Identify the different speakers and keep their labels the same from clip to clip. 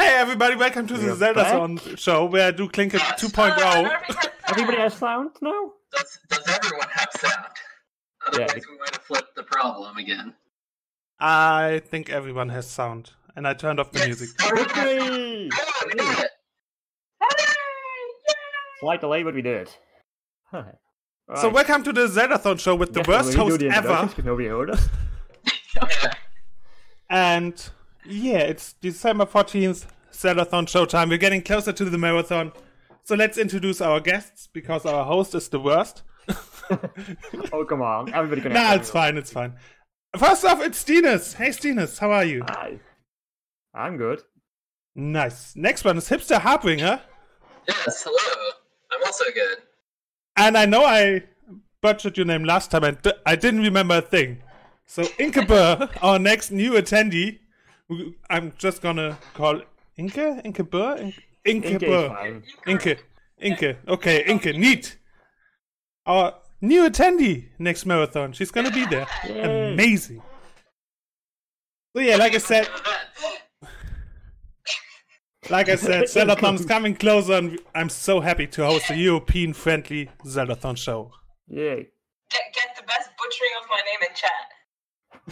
Speaker 1: everybody, welcome to the
Speaker 2: We're back.
Speaker 1: Zeldathon show where I do Clinker
Speaker 3: Yes,
Speaker 1: 2.0.
Speaker 2: Everybody has sound now?
Speaker 3: Does, does everyone have sound? Otherwise, we might have flipped the problem again.
Speaker 1: I think everyone has sound, and I turned off the
Speaker 3: Yes,
Speaker 1: music.
Speaker 3: everyone has sound.
Speaker 2: Victory!
Speaker 3: Oh, we did it.
Speaker 2: Slight delay, but we did it. Huh.
Speaker 1: So
Speaker 2: Right.
Speaker 1: welcome to the Zeldathon show with the
Speaker 2: Guess
Speaker 1: worst
Speaker 2: we do
Speaker 1: host
Speaker 2: the
Speaker 1: ever.
Speaker 2: introductions 'cause Nobody heard us.
Speaker 3: Okay.
Speaker 1: And yeah, it's December 14th, Zeldathon showtime. We're getting closer to the marathon. So let's introduce our guests because our host is the worst.
Speaker 2: Oh, come on. Everybody can
Speaker 1: Nah, it's fine, it's fine. First off, it's Stinus. Hey, Stinus, how are you?
Speaker 2: Hi. I'm good.
Speaker 1: Nice. Next one is Hipster Harbinger.
Speaker 3: Yes, hello. I'm also good.
Speaker 1: And I know I butchered your name last time, and d- I didn't remember a thing. So Inkebur, our next new attendee, who I'm just gonna call Inke, Inkebur, In-
Speaker 2: Inke is
Speaker 1: Inkebur,
Speaker 2: fine.
Speaker 1: Inke, Inke. Okay, Inke, neat. Our new attendee next marathon. She's gonna be there.
Speaker 2: Yay.
Speaker 1: Amazing. So yeah, like I said, like I said, Zeldathon's coming closer, and I'm so happy to host a European-friendly Zeldathon show.
Speaker 2: Yay.
Speaker 4: Get, get the best butchering of my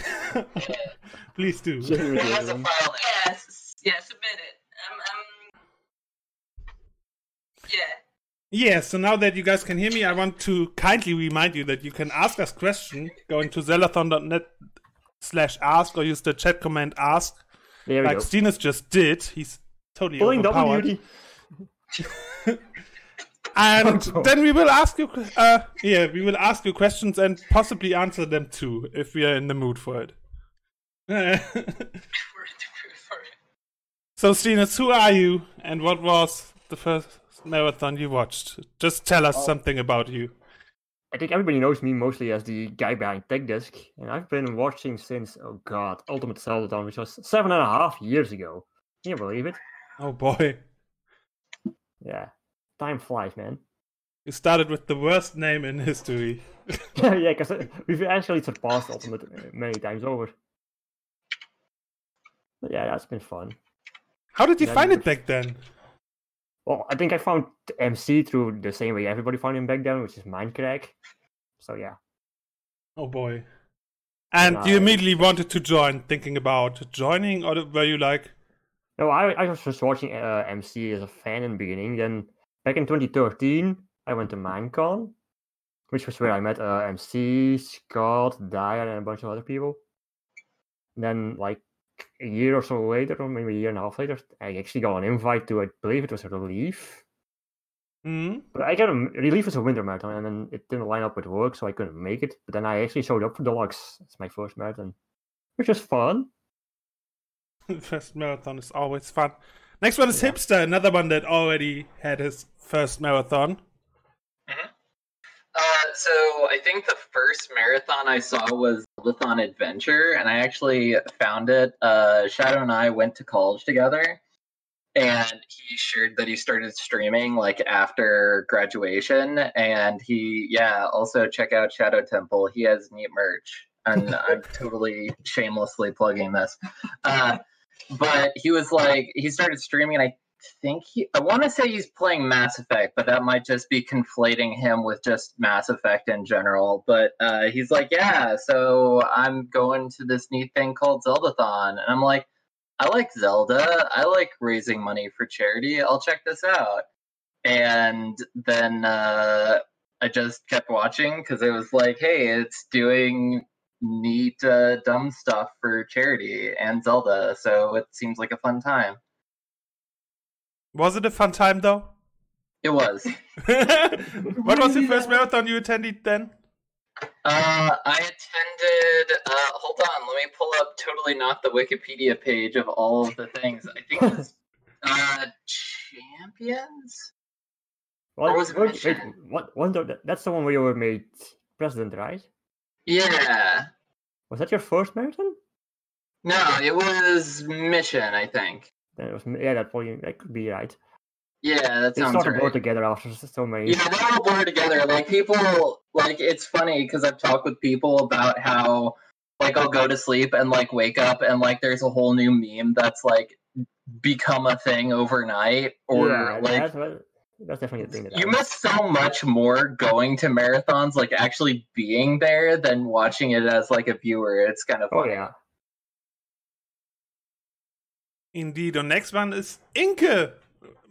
Speaker 4: name in chat.
Speaker 1: Please do.
Speaker 2: Yay,
Speaker 3: It has a file
Speaker 2: everyone.
Speaker 3: name.
Speaker 4: Yes, yeah, submit it. Um, um, yeah.
Speaker 1: Yeah, so now that you guys can hear me, I want to kindly remind you that you can ask us questions going to zellathon.net slash ask or use the chat command ask
Speaker 2: There we
Speaker 1: like
Speaker 2: go.
Speaker 1: Stinus just did. He's totally
Speaker 2: Pulling
Speaker 1: overpowered.
Speaker 2: WD.
Speaker 1: And
Speaker 2: Oh, no.
Speaker 1: then we will ask you que- uh, yeah, we will ask you questions and possibly answer them too if we are in the mood for it.
Speaker 4: We're in the mood for it.
Speaker 1: so Stinus, who are you and what was the first marathon you watched? Just tell
Speaker 2: Oh.
Speaker 1: us something about you.
Speaker 2: I think everybody knows me mostly as the guy behind Tech Disc, and I've been watching since, oh god, Ultimate Zelda Dawn, which was seven and a half years ago. Can you believe it?
Speaker 1: Oh boy.
Speaker 2: Yeah. Time flies, man.
Speaker 1: You started with the worst name in history.
Speaker 2: yeah, because we've actually surpassed Ultimate uh, many times over. But yeah, that's been fun.
Speaker 1: How did you
Speaker 2: Yeah,
Speaker 1: find
Speaker 2: you-
Speaker 1: it back then?
Speaker 2: Well, I think I found MC through the same way everybody found him back then, which is Minecraft. So yeah,
Speaker 1: Oh boy. And you
Speaker 2: Right.
Speaker 1: immediately wanted to join, thinking about joining, or were you like,
Speaker 2: no, I, I was just watching uh, MC as a fan in the beginning. Then back in 2013, I went to Minecon, which was where I met uh, MC, Scott, Dyer, and a bunch of other people. And then like a year or so later, or maybe a year and a half later, I actually got an invite to, I believe it was a relief.
Speaker 1: hmm?
Speaker 2: But I got a m- relief was a winter marathon, and then it didn't line up with work, so I couldn't make it. But then I actually showed up for deluxe. It's my first marathon, which was fun.
Speaker 1: first marathon is always fun. Next one is Hipster, another one that already had his first marathon.
Speaker 3: Uh, so I think the first marathon I saw was Lithon Adventure, and I actually found it. Uh, Shadow and I went to college together, and he shared that he started streaming like after graduation. And he, yeah, also check out Shadow Temple. He has neat merch, and I'm totally shamelessly plugging this. Uh, but he was like, he started streaming, and I think he I want to say he's playing Mass Effect, but that might just be conflating him with just Mass Effect in general. But uh, he's like, yeah, so I'm going to this neat thing called Zeldathon, and I'm like, I like Zelda. I like raising money for charity. I'll check this out. And then uh, I just kept watching because it was like, hey, it's doing neat, uh, dumb stuff for charity and Zelda, so it seems like a fun time.
Speaker 1: Was it a fun time though?
Speaker 3: It was.
Speaker 1: what was the first marathon you attended then?
Speaker 3: Uh, I attended. Uh, hold on, let me pull up. Totally not the Wikipedia page of all of the things. I think it was uh, champions.
Speaker 2: Well,
Speaker 3: was it
Speaker 2: wait, wait,
Speaker 3: Mission?
Speaker 2: what? One of the- that's the one where you were made president, right?
Speaker 3: Yeah.
Speaker 2: Was that your first marathon?
Speaker 3: No, it was mission. I think.
Speaker 2: Then it was, m- yeah, that probably that could be right.
Speaker 3: Yeah, that
Speaker 2: They
Speaker 3: sounds
Speaker 2: started all
Speaker 3: right.
Speaker 2: together after s- so many.
Speaker 3: Yeah, they all blur together. Like people, like it's funny because I've talked with people about how, like, I'll go to sleep and like wake up and like there's a whole new meme that's like become a thing overnight or
Speaker 2: yeah,
Speaker 3: like
Speaker 2: that's, what- that's definitely a thing. That
Speaker 3: you
Speaker 2: I
Speaker 3: miss so much more going to marathons, like actually being there, than watching it as like a viewer. It's kind of
Speaker 2: Oh
Speaker 3: funny.
Speaker 2: yeah.
Speaker 1: Indeed. And next one is Inke.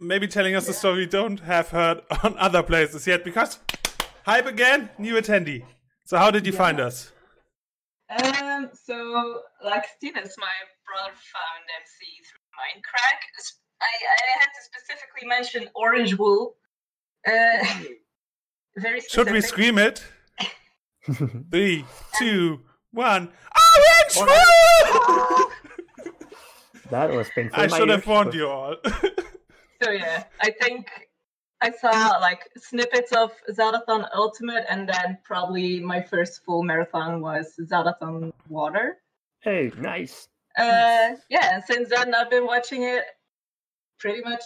Speaker 1: Maybe telling us a story we don't have heard on other places yet because hype again, new attendee. So how did you find us?
Speaker 4: Um, so, like Stevens, my brother found MC through Minecrack. S- I, I had to specifically mention Orange Wool. Uh, very
Speaker 1: Should we
Speaker 4: specific.
Speaker 1: scream it? Three, two, one. Orange Wool!
Speaker 2: that was painful.
Speaker 1: I
Speaker 2: in my
Speaker 1: should have
Speaker 2: ears,
Speaker 1: warned
Speaker 2: but-
Speaker 1: you all.
Speaker 4: So yeah, I think I saw like snippets of Zarathon Ultimate, and then probably my first full marathon was Zarathon Water.
Speaker 2: Hey, nice.
Speaker 4: Uh, yeah, and since then I've been watching it pretty much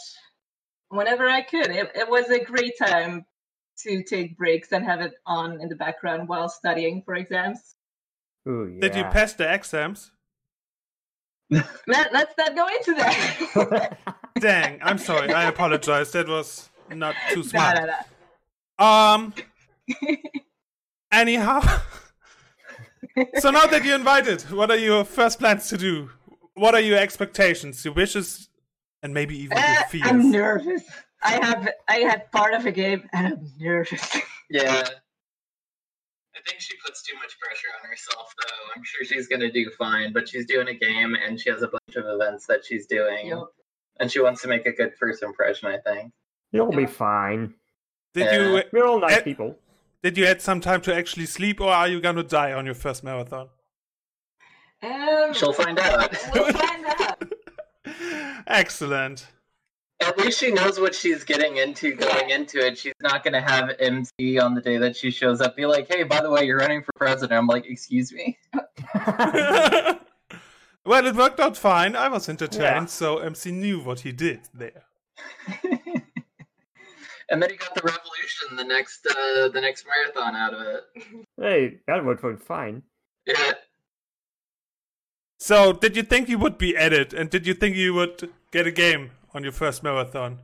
Speaker 4: whenever I could. It, it was a great time to take breaks and have it on in the background while studying for exams.
Speaker 2: Ooh, yeah.
Speaker 1: Did you pass the exams?
Speaker 4: Let, let's not go into that.
Speaker 1: Dang, I'm sorry. I apologize. That was not too
Speaker 4: no,
Speaker 1: smart.
Speaker 4: no, no.
Speaker 1: Um. anyhow, so now that you're invited, what are your first plans to do? What are your expectations, your wishes, and maybe even
Speaker 4: Uh,
Speaker 1: your
Speaker 4: I'm
Speaker 1: fears?
Speaker 4: nervous. I have I had part of a game and I'm nervous.
Speaker 3: Yeah. I think she puts too much pressure on herself, though. I'm sure she's going to do fine, but she's doing a game and she has a bunch of events that she's doing,
Speaker 4: Yep.
Speaker 3: and she wants to make a good first impression, I think.
Speaker 2: You'll be fine.
Speaker 1: Did you
Speaker 2: We're all nice
Speaker 1: Eh.
Speaker 2: people.
Speaker 1: did you had some time to actually sleep, or are you gonna die on your first marathon?
Speaker 4: Um,
Speaker 3: She'll find out.
Speaker 4: We'll find out.
Speaker 1: Excellent.
Speaker 3: At least she knows what she's getting into going into it. She's not going to have MC on the day that she shows up be like, hey, by the way, you're running for president. I'm like, excuse me?
Speaker 1: well, it worked out fine. I was entertained,
Speaker 2: Yeah.
Speaker 1: so MC knew what he did there.
Speaker 3: And then he got the revolution the next uh, the next marathon out of it.
Speaker 2: hey, that would be fine.
Speaker 3: Yeah.
Speaker 1: So, did you think you would be at it, and did you think you would get a game on your first marathon?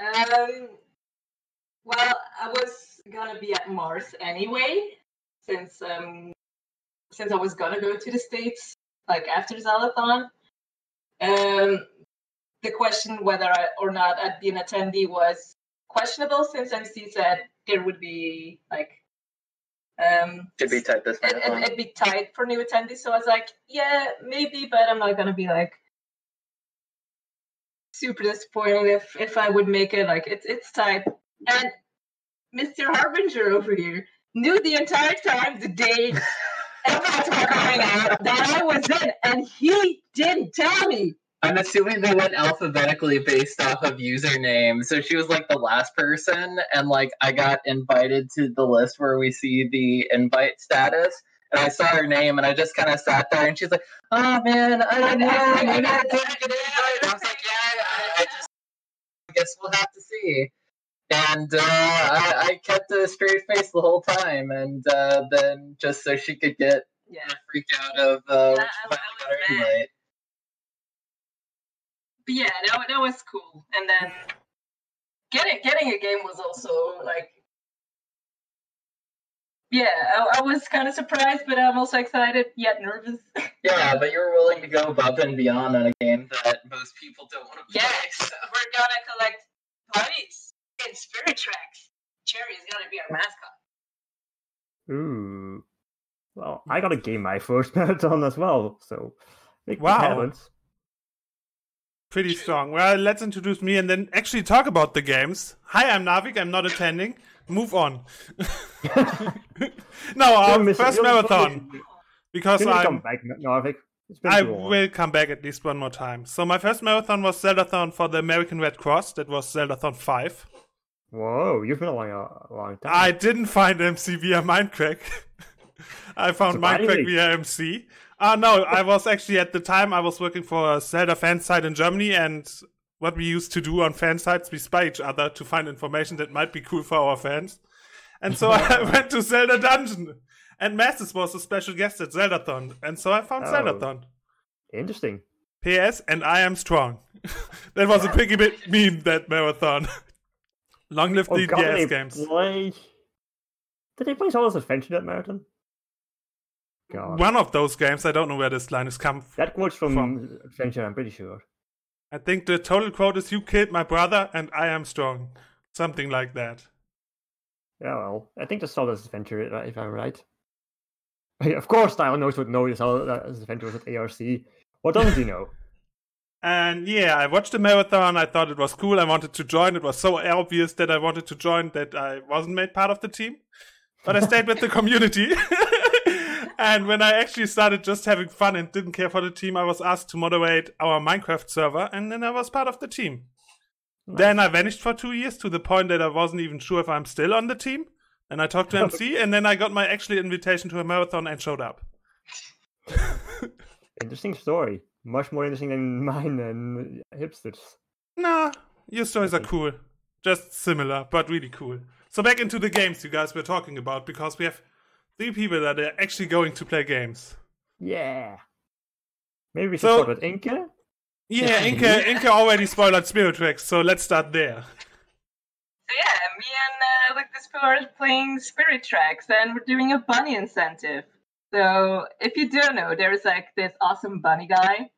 Speaker 4: Um, well, I was gonna be at Mars anyway, since um, since I was gonna go to the states like after Zalathon. Um, the question whether I, or not I'd be an attendee was questionable since MC said there would be like um
Speaker 3: Should be type this
Speaker 4: it,
Speaker 3: marathon.
Speaker 4: it, it'd be tight for new attendees. So I was like, yeah, maybe, but I'm not gonna be like super disappointed if if I would make it. Like it's it's tight. And Mr. Harbinger over here knew the entire time the date events were going out that I was in, and he didn't tell me.
Speaker 3: I'm assuming they went alphabetically based off of username. So she was like the last person, and like I got invited to the list where we see the invite status. And I saw her name, and I just kind of sat there, and she's like, "Oh man, I don't know. Maybe I didn't get invited." I was like, "Yeah, I, I just I guess we'll have to see." And uh, I, I kept a straight face the whole time, and uh, then just so she could get
Speaker 4: Yeah.
Speaker 3: a freak out of uh,
Speaker 4: Yeah,
Speaker 3: when
Speaker 4: I-
Speaker 3: she
Speaker 4: I
Speaker 3: finally
Speaker 4: was
Speaker 3: got her
Speaker 4: mad.
Speaker 3: invite.
Speaker 4: But yeah, that, wa- that was cool. And then getting getting a game was also like, yeah, I, I was kind of surprised, but I'm also excited yet nervous.
Speaker 3: Yeah, but you're willing to go above and beyond on a game that most people don't want to play. so-
Speaker 4: We're gonna collect ponies and spirit tracks. Cherry is gonna be our mascot.
Speaker 2: Ooh. Well, I got a game my first marathon as well, so it it
Speaker 1: Wow.
Speaker 2: happens.
Speaker 1: Pretty strong. Well, let's introduce me and then actually talk about the games. Hi, I'm Navik. I'm not attending. Move on. no,
Speaker 2: You'll
Speaker 1: our
Speaker 2: miss it.
Speaker 1: first
Speaker 2: You'll
Speaker 1: marathon
Speaker 2: probably-
Speaker 1: because
Speaker 2: Can you come
Speaker 1: I'm,
Speaker 2: back, Narvik? It's been
Speaker 1: I
Speaker 2: too long.
Speaker 1: will come back at least one more time. So my first marathon was Zeldathon for the American Red Cross. That was Zeldathon five.
Speaker 2: Whoa, you've been along a long time.
Speaker 1: I didn't find MC via Mindcrack. I found Mindcrack
Speaker 2: Surprisingly.
Speaker 1: via MC. Ah, no, I was actually at the time I was working for a Zelda fan site in Germany, and what we used to do on fan sites, we spy each other to find information that might be cool for our fans. And so I went to Zelda Dungeon, and Masses was a special guest at Zeldathon, and so I found
Speaker 2: Oh.
Speaker 1: Zeldathon.
Speaker 2: Interesting.
Speaker 1: P.S. And I am strong. that was a piggy bit meme, that marathon. Long live the
Speaker 2: Oh, God,
Speaker 1: DS
Speaker 2: they
Speaker 1: games.
Speaker 2: play- Did they play Solace Adventure that marathon? God.
Speaker 1: One of those games, I don't know where this line is come from.
Speaker 2: That quote's from,
Speaker 1: From-
Speaker 2: Adventure, I'm pretty sure.
Speaker 1: I think the total quote is You killed my brother and I am strong. Something like that.
Speaker 2: Yeah, well, I think the Solace Adventure, if I- if I'm right. Yeah, of course, Tyler knows what know the Solace Adventure was at ARC. What doesn't he know?
Speaker 1: And yeah, I watched the marathon. I thought it was cool. I wanted to join. It was so obvious that I wanted to join that I wasn't made part of the team. But I stayed with the community. and when I actually started just having fun and didn't care for the team, I was asked to moderate our Minecraft server. And then I was part of the team. Then I vanished for two years to the point that I wasn't even sure if I'm still on the team. And I talked to MC. and then I got my actual invitation to a marathon and showed up.
Speaker 2: Interesting story. Much more interesting than mine and hipsters.
Speaker 1: Nah, your stories are cool. Just similar, but really cool. So back into the games you guys were talking about, because we have three people that are actually going to play games.
Speaker 2: Yeah. Maybe we should
Speaker 1: So-
Speaker 2: start with Inca?
Speaker 1: Yeah, Inka, Inka already spoiled Spirit Tracks, so let's start there.
Speaker 4: So yeah, me and uh, Lucas Poo are playing Spirit Tracks, and we're doing a bunny incentive. So if you don't know, there's like this awesome bunny guy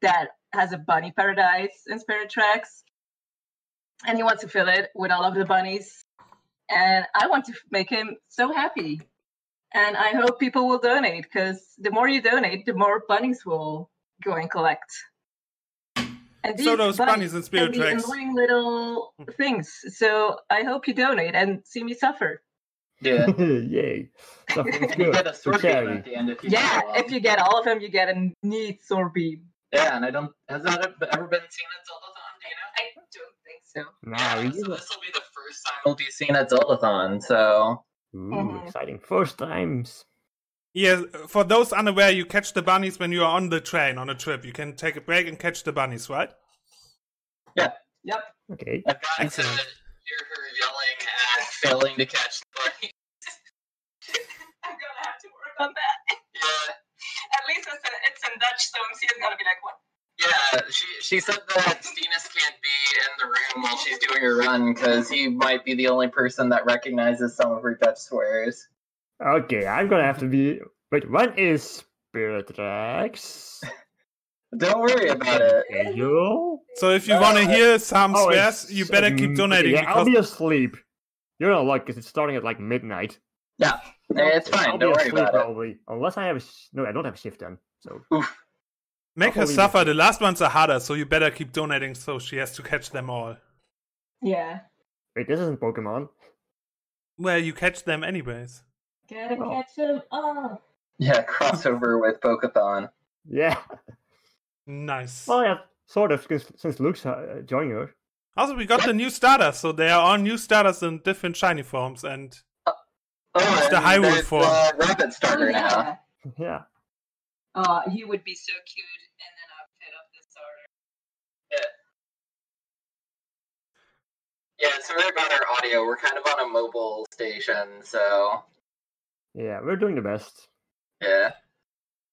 Speaker 4: that has a bunny paradise in Spirit Tracks, and he wants to fill it with all of the bunnies. And I want to f- make him so happy. And I hope people will donate because the more you donate, the more bunnies will go and collect. And
Speaker 1: So
Speaker 4: these
Speaker 1: those bunnies in Spirit
Speaker 4: can be
Speaker 1: Tracks.
Speaker 4: annoying little things. So I hope you donate and see me suffer.
Speaker 3: Yeah.
Speaker 2: Yay. Something's
Speaker 3: You
Speaker 2: good.
Speaker 3: get a
Speaker 2: for
Speaker 3: sword beam
Speaker 2: charity.
Speaker 3: at the end if you
Speaker 4: Yeah,
Speaker 3: do well.
Speaker 4: if you get all of them, you get a neat sword beam.
Speaker 3: Yeah, and I don't has that ever been seen at Zeldathon, do you know?
Speaker 4: I don't think so.
Speaker 2: Nah, we
Speaker 3: so
Speaker 2: did it.
Speaker 3: this will be the first time it'll be seen at Zeldathon, so
Speaker 2: Ooh,
Speaker 4: Mhm.
Speaker 2: exciting. First times.
Speaker 1: Yeah, for those unaware, you catch the bunnies when you are on the train on a trip. You can take a break and catch the bunnies, right?
Speaker 4: Yep.
Speaker 2: Okay.
Speaker 3: I've gotten to
Speaker 1: Excellent.
Speaker 3: hear her yelling at failing to catch the bunny.
Speaker 4: I'm gonna have to work on that.
Speaker 3: Yeah,
Speaker 4: At least it's in, it's in Dutch, so MC is gonna be like, what?
Speaker 3: yeah. She she said that Stenus can't be in the room while she's doing her run because he might be the only person that recognizes some of her Dutch swears.
Speaker 2: Okay, I'm gonna have to be. Wait, what is Spirit Rex?
Speaker 3: Don't worry about it.
Speaker 2: Angel?
Speaker 1: So if you want to hear some
Speaker 2: Oh,
Speaker 1: swears,
Speaker 2: it's,
Speaker 1: you better
Speaker 2: um,
Speaker 1: keep donating
Speaker 2: Yeah, I'll
Speaker 1: because
Speaker 2: be asleep. You're not lucky because it's starting at like midnight.
Speaker 3: Yeah, eh, it's fine.
Speaker 2: I'll
Speaker 3: Don't
Speaker 2: be
Speaker 3: worry
Speaker 2: asleep
Speaker 3: about it.
Speaker 2: probably. Unless I have a sh- no, I don't have a shift done. So
Speaker 1: make her
Speaker 2: I'll be-
Speaker 1: suffer. The last ones are harder, so you better keep donating so she has to catch them all.
Speaker 4: Yeah.
Speaker 2: wait, this isn't Pokemon.
Speaker 1: Well, you catch them anyways.
Speaker 4: Gotta
Speaker 2: Oh.
Speaker 4: catch them all.
Speaker 3: Yeah, crossover with Pokathon.
Speaker 2: Yeah.
Speaker 1: Nice.
Speaker 2: Well, yeah, sort of. 'cause Since Luke's uh, joining her.
Speaker 1: Also, we got the new starters, so they are all new starters in different shiny forms. And
Speaker 3: Oh,
Speaker 1: It's the
Speaker 3: and
Speaker 1: Hyrule
Speaker 3: there's
Speaker 1: form.
Speaker 3: the Rabbit starter now.
Speaker 2: Yeah.
Speaker 4: Oh, he would be so cute, and then I'll fit up the starter.
Speaker 3: Yeah, sorry about our audio. We're kind of on a mobile station, so
Speaker 2: Yeah, we're doing the best.
Speaker 3: yeah.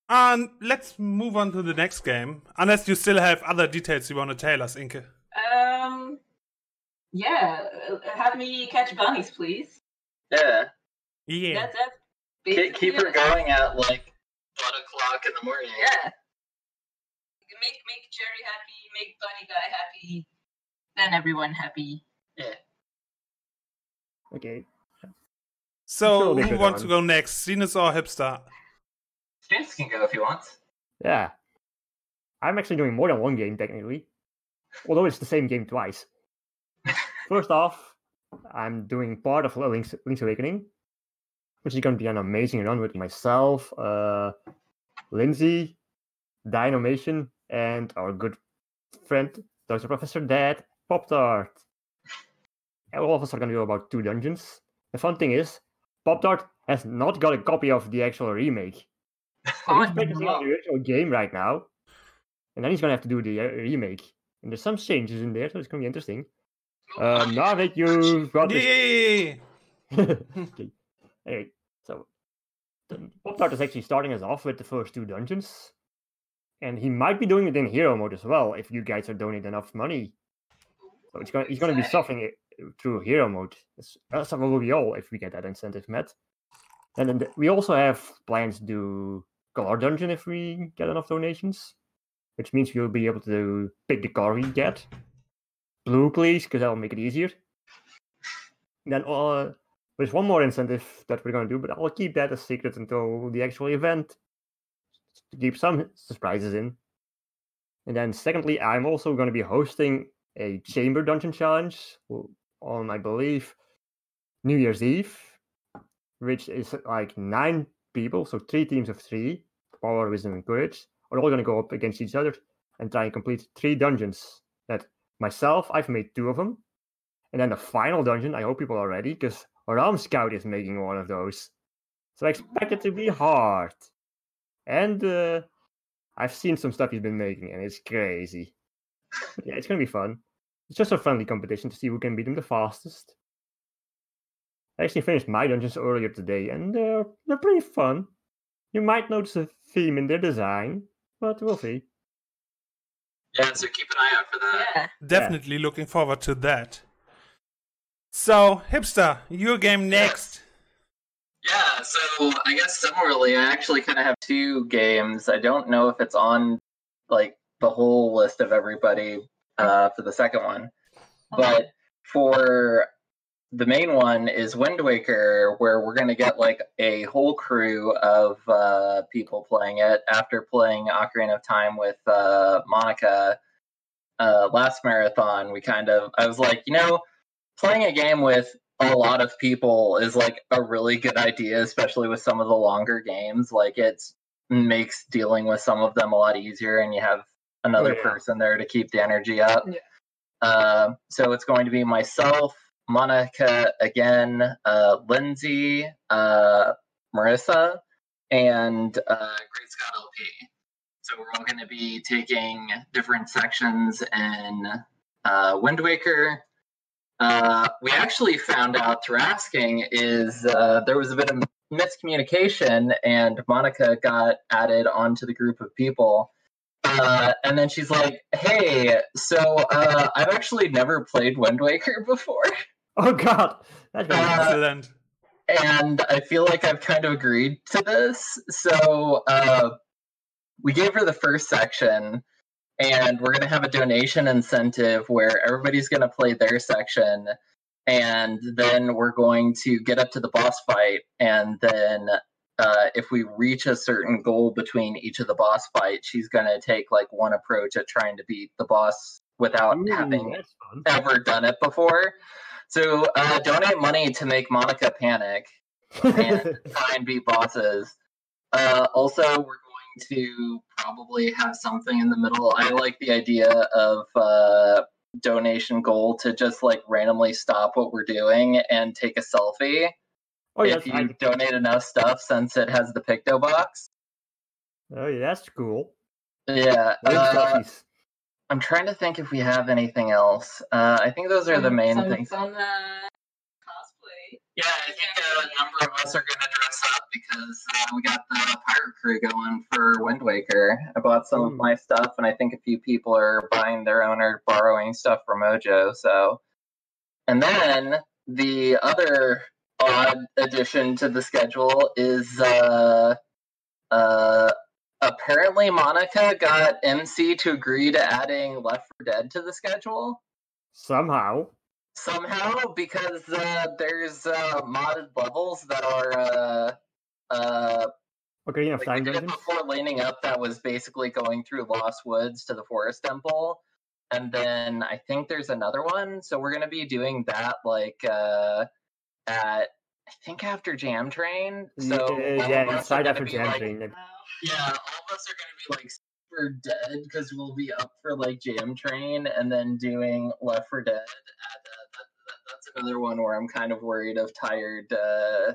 Speaker 1: and let's move on to the next game. Unless you still have other details you want to tell us, Inke.
Speaker 4: Um. Yeah, uh, have me catch bunnies, please.
Speaker 3: Yeah.
Speaker 1: Yeah.
Speaker 4: That's, that's
Speaker 3: Keep, keep her
Speaker 4: basically it.
Speaker 3: going at like one o'clock in the morning.
Speaker 4: Yeah. Make make Jerry happy, make Bunny Guy happy, then everyone happy.
Speaker 2: Okay.
Speaker 1: So
Speaker 2: Totally
Speaker 1: who
Speaker 2: good
Speaker 1: wants to
Speaker 2: one.
Speaker 1: go next, Zenus or Hipster?
Speaker 3: Students can go if he wants.
Speaker 2: Yeah. I'm actually doing more than one game technically. Although it's the same game twice. First off, I'm doing part of Link's, Link's Awakening, which is going to be an amazing run with myself, uh, Lindsay, Dynamation, and our good friend, Dr. Professor Dad, Pop Tart. And all of us are going to do about two dungeons. The fun thing is, Pop Tart has not got a copy of the actual remake. So he's
Speaker 4: Oh,
Speaker 2: practicing on the original game right now, and then he's gonna have to do the uh, remake. And there's some changes in there, so it's gonna be interesting. Uh, now that you've got
Speaker 1: Yeah,
Speaker 2: this,
Speaker 1: yeah, yeah, yeah.
Speaker 2: okay. Anyway, so the Pop Tart is actually starting us off with the first two dungeons, and he might be doing it in hero mode as well if you guys are donating enough money. So it's gonna he's gonna be suffering it through hero mode. It's, that's what will be all if we get that incentive met. And then th- we also have plans to do color dungeon if we get enough donations, which means we'll be able to pick the car we get. Blue, please, because that will make it easier. Then uh, there's one more incentive that we're gonna do, but I'll keep that a secret until the actual event to keep some surprises in. And then, secondly, I'm also going to be hosting a chamber dungeon challenge on, I believe, New Year's Eve, which is like nine people, so three teams of three, power, wisdom, and courage, are all going to go up against each other and try and complete three dungeons. That myself, I've made two of them. And then the final dungeon, I hope people are ready because Ram Scout is making one of those. So I expect it to be hard and uh, I've seen some stuff he's been making, and it's crazy. But yeah, it's gonna be fun. It's just a friendly competition to see who can beat him the fastest. I actually finished my dungeons earlier today, and they're they're pretty fun. You might notice a theme in their design, but we'll see.
Speaker 3: Yeah, so keep an eye out for that.
Speaker 4: Yeah.
Speaker 1: Definitely looking forward to that. So, hipster, your game next.
Speaker 3: Yeah, so I guess similarly, I actually kind of have two games. I don't know if it's on like the whole list of everybody uh, for the second one, but for the main one is Wind Waker, where we're gonna get like a whole crew of uh, people playing it after playing Ocarina of Time with uh, Monica uh, last marathon. We kind of I was like, you know, playing a game with a lot of people is like a really good idea, especially with some of the longer games. Like it makes dealing with some of them a lot easier, and you have another
Speaker 2: yeah.
Speaker 3: person there to keep the energy up.
Speaker 4: Yeah.
Speaker 3: Um, so it's going to be myself, Monica again, uh, Lindsay, uh, Marissa, and uh, Great Scott LP. So we're all going to be taking different sections in uh, Wind Waker uh, we actually found out through asking is uh, there was a bit of miscommunication and monica got added onto the group of people uh, and then she's like hey so uh, i've actually never played wind waker before
Speaker 2: Oh god, that's gonna be
Speaker 3: Uh,
Speaker 1: Excellent.
Speaker 3: and I feel like I've kind of agreed to this. So uh, we gave her the first section, and we're going to have a donation incentive where everybody's going to play their section, and then we're going to get up to the boss fight, and then. Uh, if we reach a certain goal between each of the boss fights, she's going to take like one approach at trying to beat the boss without
Speaker 2: ooh,
Speaker 3: having
Speaker 2: that's fun.
Speaker 3: ever done it before. So uh, donate money to make Monica panic and try and beat bosses. Uh, also, we're going to probably have something in the middle. I like the idea of uh, donation goal to just like randomly stop what we're doing and take a selfie
Speaker 2: oh yeah, that's,
Speaker 3: if you
Speaker 2: I-
Speaker 3: donate enough stuff since it has the picto box.
Speaker 2: oh yeah, that's cool.
Speaker 3: Yeah.
Speaker 2: Wave
Speaker 3: uh,
Speaker 2: selfies.
Speaker 3: I'm trying to think if we have anything else. Uh, I think those are the
Speaker 4: Some-
Speaker 3: main
Speaker 4: some
Speaker 3: things.
Speaker 4: fun, uh, cosplay.
Speaker 3: Yeah, I think uh, a number of us are going to dress up because uh, we got the pirate crew going for Wind Waker. I bought some of
Speaker 2: Ooh.
Speaker 3: my stuff, and I think a few people are buying their own or borrowing stuff from Mojo. So, and then the other odd addition to the schedule is uh, uh, apparently Monica got MC to agree to adding Left 4 Dead to the schedule
Speaker 2: Somehow.
Speaker 3: somehow because uh, there's uh, modded levels that are uh, uh,
Speaker 2: Okay, enough
Speaker 3: like
Speaker 2: time
Speaker 3: we did it
Speaker 2: dungeons.
Speaker 3: before laning up that was basically going through Lost Woods to the Forest Temple, and then I think there's another one. So we're gonna be doing that like uh, at I think after Jam Train.
Speaker 2: Yeah,
Speaker 3: So all of
Speaker 2: yeah,
Speaker 3: us are
Speaker 2: inside
Speaker 3: gonna
Speaker 2: after
Speaker 3: be,
Speaker 2: jam
Speaker 3: like-
Speaker 2: train. like,
Speaker 4: Wow.
Speaker 3: yeah, all of us are gonna be like super dead because we'll be up for like Jam Train and then doing Left for Dead. At, uh, that, that, that's another one where I'm kind of worried of tired uh,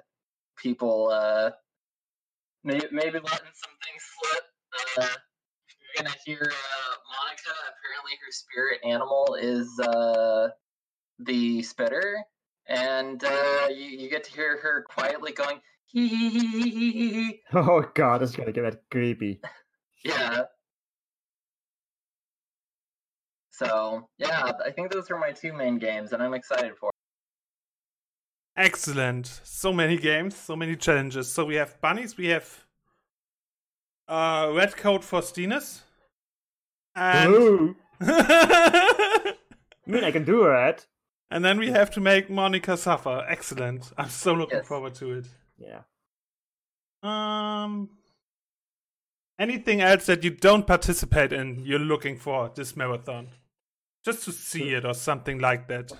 Speaker 3: people. Uh, may, maybe letting some things slip. Uh, you're gonna hear uh, Monica. Apparently, her spirit animal is uh, the spitter, and uh, you, you get to hear her quietly going hee hee hee hee hee hee.
Speaker 2: Oh god, that's gonna get creepy.
Speaker 3: Yeah. So yeah, I think those are my two main games, and I'm excited for. Uh,
Speaker 1: Excellent. So many games, so many challenges. So we have bunnies, we have uh, red coat for Stinus. And
Speaker 2: Ooh, I mean, I can do that.
Speaker 1: and then we have to make Monica suffer. Excellent. I'm so looking
Speaker 3: Yes.
Speaker 1: forward to it.
Speaker 2: Yeah.
Speaker 1: Um anything else that you don't participate in you're looking for this marathon? Just to see it or something like that.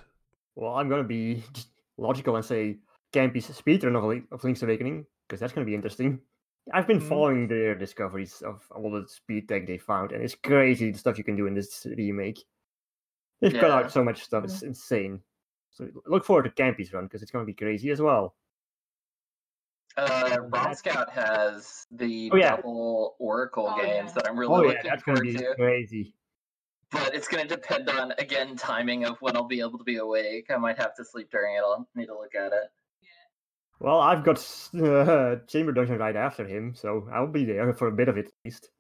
Speaker 2: Well, I'm gonna be just logical and say Campy's speedrun of, Link- of Link's Awakening because that's gonna be interesting. I've been
Speaker 1: Mhm.
Speaker 2: following their discoveries of all the speed tech they found, and it's crazy the stuff you can do in this remake. They've cut
Speaker 3: Yeah.
Speaker 2: out so much stuff; it's insane. So look forward to Campy's run because it's gonna be crazy as well.
Speaker 3: Uh, Bomb Scout has the
Speaker 2: Oh, yeah.
Speaker 3: double Oracle
Speaker 4: Oh,
Speaker 3: games
Speaker 4: yeah.
Speaker 3: that I'm really
Speaker 2: Oh yeah,
Speaker 3: looking
Speaker 2: that's gonna
Speaker 3: forward
Speaker 2: be
Speaker 3: to.
Speaker 2: crazy.
Speaker 3: But it's going to depend on again timing of when I'll be able to be awake. I might have to sleep during it. I'll need to look at it.
Speaker 2: Well, I've got s- uh, Chamber Dungeon right after him, so I'll be there for a bit of it at least.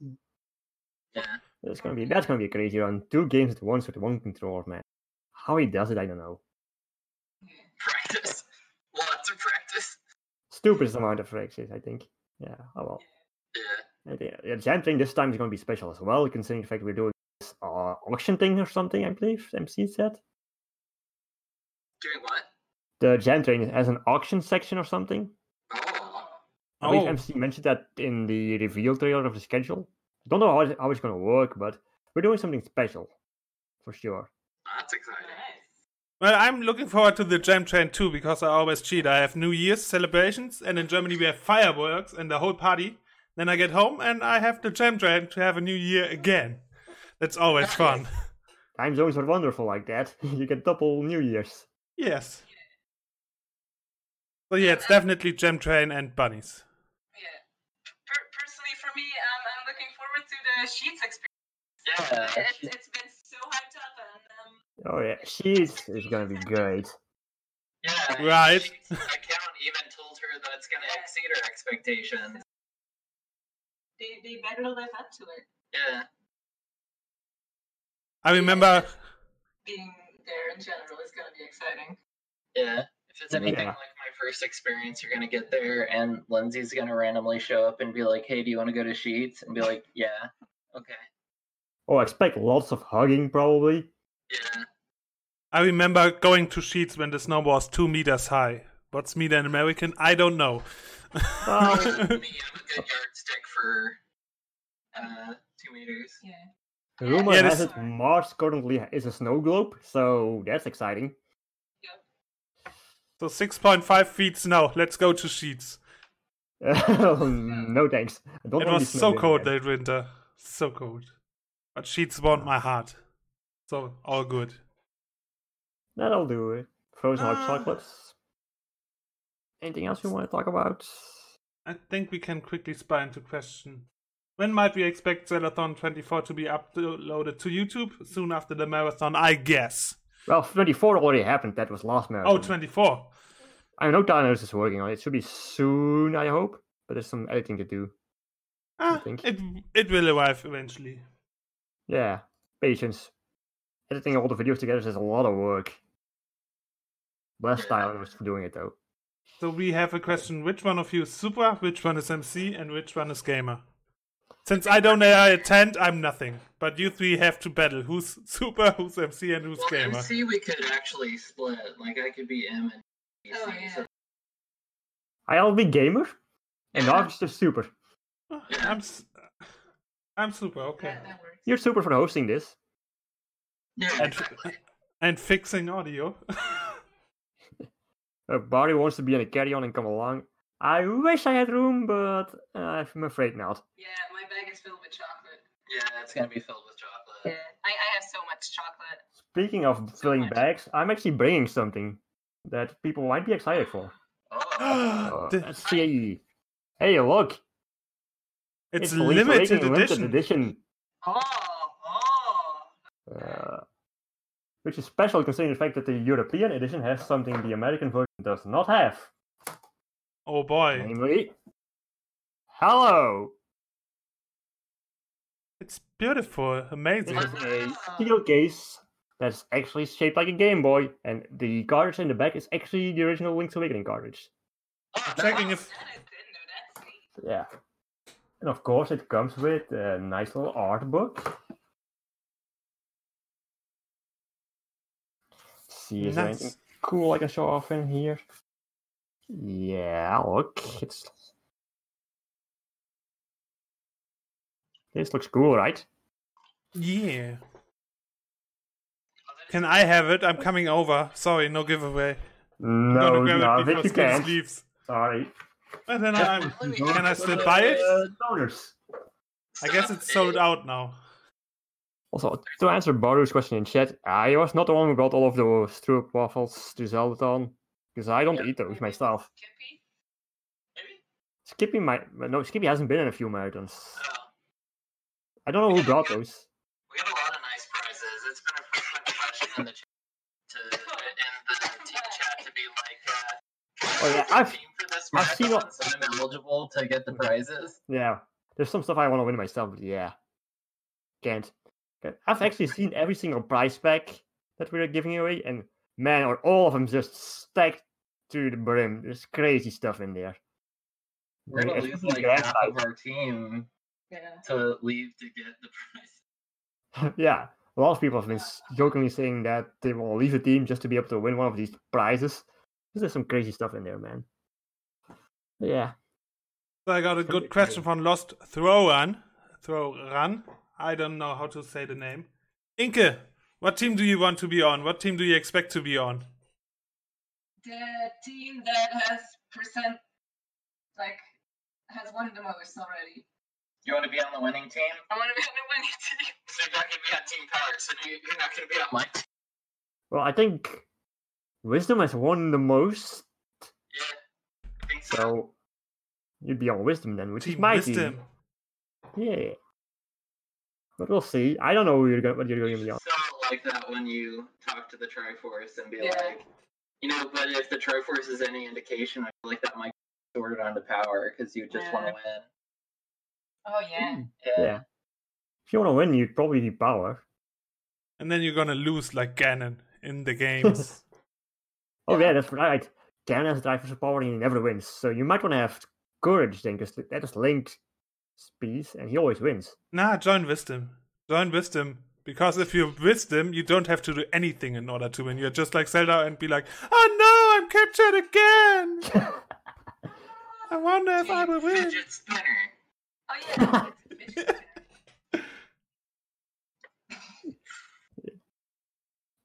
Speaker 3: Yeah.
Speaker 2: That's gonna be that's gonna be a crazy run. Two games at once with one controller, man. How he does it, I don't know.
Speaker 3: Practice. Lots of practice.
Speaker 2: Stupidest amount of fixes, I think. Yeah. Oh well.
Speaker 3: Yeah.
Speaker 2: And, uh, yeah, yeah, Jam Train this time is gonna be special as well, considering the fact we're doing this uh, auction thing or something. I believe MC said
Speaker 3: Doing what?
Speaker 2: the Jam Train has an auction section or something.
Speaker 3: Oh.
Speaker 2: I believe
Speaker 1: Oh.
Speaker 2: MC mentioned that in the reveal trailer of the schedule. I don't know how, it- how it's gonna work, but we're doing something special for sure.
Speaker 3: That's exciting.
Speaker 1: Well, I'm looking forward to the jam train too because I always cheat. I have New Year's celebrations, and in Germany we have fireworks and the whole party. Then I get home and I have the jam train to have a new year again. That's always fun.
Speaker 2: Time zones are wonderful like that. you get double New Year's.
Speaker 1: yes. So yeah, it's definitely jam train and bunnies.
Speaker 4: Yeah. Per- personally, for me, um, I'm looking forward to the Sheets experience.
Speaker 3: Yeah.
Speaker 4: It's, it's been so hyped up, and um,
Speaker 2: Oh yeah, she's is gonna be great.
Speaker 3: Yeah.
Speaker 1: Right.
Speaker 3: she- The account even told her that it's going to exceed her expectations.
Speaker 4: they, they better live up to it,
Speaker 3: Yeah.
Speaker 1: I remember.
Speaker 4: being there in general is going to be exciting.
Speaker 3: Yeah. If it's anything
Speaker 2: Yeah.
Speaker 3: like my first experience, you're gonna get there and Lindsay's gonna randomly show up and be like, Hey, do you wanna go to Sheets? And be like, Yeah. Okay.
Speaker 2: Oh, expect lots of hugging probably.
Speaker 3: Yeah.
Speaker 1: I remember going to sheets when the snow was two meters high. What's meter in American? I don't know.
Speaker 3: Well, me,
Speaker 2: Oh,
Speaker 3: I'm a good yardstick for uh two meters.
Speaker 4: Yeah.
Speaker 2: rumor
Speaker 1: Yeah,
Speaker 2: has
Speaker 1: this-
Speaker 2: it Mars currently is a snow globe, so that's exciting.
Speaker 1: so six point five feet snow. Let's go to sheets.
Speaker 2: no thanks. I don't
Speaker 1: It
Speaker 2: wanna be
Speaker 1: was so
Speaker 2: snowed in
Speaker 1: cold
Speaker 2: again.
Speaker 1: that winter. So cold. But sheets warmed my heart. So all good.
Speaker 2: That'll do it. Frozen hot
Speaker 1: Uh,
Speaker 2: chocolates. Anything else you want to talk about?
Speaker 1: I think we can quickly spy into question. When might we expect Zellathon 24 to be uploaded to YouTube? Soon after the marathon, I guess.
Speaker 2: Well, 24 already happened. That was last marathon.
Speaker 1: Oh, 24.
Speaker 2: I know Dinos is working on it. It should be soon, I hope. But there's some editing to do.
Speaker 1: Ah,
Speaker 2: think.
Speaker 1: it, it will arrive eventually.
Speaker 2: Yeah, patience. Editing all the videos together is a lot of work. Bless Dinos for doing it though.
Speaker 1: So we have a question. Which one of you is Supra, which one is MC, and which one is Gamer? Since I don't uh, attend, I'm nothing. But you three have to battle. Who's Super, who's MC, and who's
Speaker 3: Well,
Speaker 1: Gamer?
Speaker 3: MC we could actually split. Like I could be M and PC.
Speaker 4: Oh, yeah.
Speaker 3: so-
Speaker 2: I'll be gamer and not just super.
Speaker 1: Oh, I'm s- I'm super okay.
Speaker 4: That, that works.
Speaker 2: You're super for hosting this.
Speaker 3: yeah,
Speaker 1: And,
Speaker 3: exactly.
Speaker 1: and fixing audio.
Speaker 2: Uh, Barry wants to be in a carry on and come along. I wish I had room, but uh, I'm afraid not.
Speaker 4: Yeah, my bag is filled with chocolate.
Speaker 3: yeah, it's gonna be filled with chocolate.
Speaker 4: Yeah, I, I have so much chocolate.
Speaker 2: Speaking of filling bags, I'm actually bringing something that people might be excited for.
Speaker 3: Oh,
Speaker 2: Uh,
Speaker 1: The-
Speaker 2: let's see. Hey, look!
Speaker 1: it's
Speaker 2: the Link's
Speaker 1: limited
Speaker 2: Awakening
Speaker 1: edition.
Speaker 2: edition.
Speaker 4: Oh, oh.
Speaker 2: Uh, which is special considering the fact that the European edition has something the American version does not have.
Speaker 1: Oh boy.
Speaker 2: Namely, hello!
Speaker 1: It's beautiful,
Speaker 2: It
Speaker 1: amazing.
Speaker 2: is a steel case that's actually shaped like a Game Boy, and the cartridge in the back is actually the original Link's Awakening cartridge.
Speaker 3: Oh,
Speaker 1: Checking if-
Speaker 4: That I didn't know. That's neat.
Speaker 2: Yeah. And of course, it comes with a nice little art book. See, is there
Speaker 1: Nice.
Speaker 2: anything cool I can show off in here? Yeah, look, it's. This looks cool, right?
Speaker 1: Yeah. Can I have it? I'm coming over. Sorry, no giveaway. I'm
Speaker 2: No,
Speaker 1: gonna
Speaker 2: no,
Speaker 1: grab it
Speaker 2: that you
Speaker 1: before Chris
Speaker 2: can't.
Speaker 1: leaves.
Speaker 2: Sorry.
Speaker 1: And then
Speaker 3: Yeah,
Speaker 1: I'm,
Speaker 3: Louis,
Speaker 1: can I still
Speaker 3: uh,
Speaker 1: buy it?
Speaker 2: Bonus.
Speaker 1: I guess it's sold out now.
Speaker 2: Also, to answer Baru's question in chat, I was not the one who got all of those stroop waffles to Zeldathon because I don't
Speaker 3: Yeah.
Speaker 2: eat those myself.
Speaker 4: Kippy?
Speaker 3: Maybe?
Speaker 2: Skippy might no, Skippy hasn't been in a few marathons.
Speaker 3: Oh,
Speaker 2: I don't know who got those.
Speaker 3: we got a lot of nice prizes. It's been a frequent question in the chat to in the team chat to be like, uh,
Speaker 2: Oh, yeah,
Speaker 3: "What's the
Speaker 2: I've-
Speaker 3: theme for this
Speaker 2: I've seen
Speaker 3: marathon, so I'm eligible to get the prizes.
Speaker 2: Yeah, there's some stuff I want to win myself, but yeah, can't. Okay, I've actually seen every single prize pack that we are giving away, and man, are all of them just stacked to the brim. There's crazy stuff in there.
Speaker 3: We're gonna
Speaker 2: Like,
Speaker 3: lose
Speaker 2: especially
Speaker 3: like
Speaker 2: the
Speaker 3: half
Speaker 2: graphite.
Speaker 3: of our team
Speaker 4: Yeah.
Speaker 3: to leave to get the prize.
Speaker 2: yeah, a lot of people have been s- jokingly saying that they will leave the team just to be able to win one of these prizes. 'Cause There's some crazy stuff in there, man. Yeah.
Speaker 1: So I got a good question from Lost Throwrun. Throwrun. I don't know how to say the name. Inke, what team do you want to be on? What team do you expect to be on?
Speaker 4: The team that has percent, like, has won the most already.
Speaker 3: You want to be on the winning team?
Speaker 4: I want to be on the winning team.
Speaker 3: So you're not gonna be on Team Power. So you, you're not gonna be on my team.
Speaker 2: Well, I think Wisdom has won the most,
Speaker 3: Yeah, I think so.
Speaker 2: so you'd be on Wisdom then, which is my
Speaker 1: Wisdom.
Speaker 2: team. Yeah. But we'll see. I don't know who you're gonna, what you're going to be on.
Speaker 3: So like that when you talk to the Triforce and be
Speaker 4: Yeah.
Speaker 3: like, you know, but if the Triforce is any indication, I feel like that might be sorted onto power because you just want to
Speaker 4: Yeah.
Speaker 3: win.
Speaker 4: Oh, yeah.
Speaker 3: Yeah.
Speaker 2: Yeah. If you want to win, you'd probably be Power.
Speaker 1: And then you're gonna lose like Ganon in the games.
Speaker 2: Oh,
Speaker 4: Yeah.
Speaker 2: yeah, that's right. Dan has a drive for power and he never wins. So you might want to have courage then, because that is linked speed and he always wins.
Speaker 1: nah, join Wisdom. Join Wisdom. Because if you're Wisdom, you don't have to do anything in order to win. You're just like Zelda and be like, oh no, I'm captured again. I wonder if I will win.
Speaker 3: Fidget spinner.
Speaker 4: Oh, yeah. It's a bitch.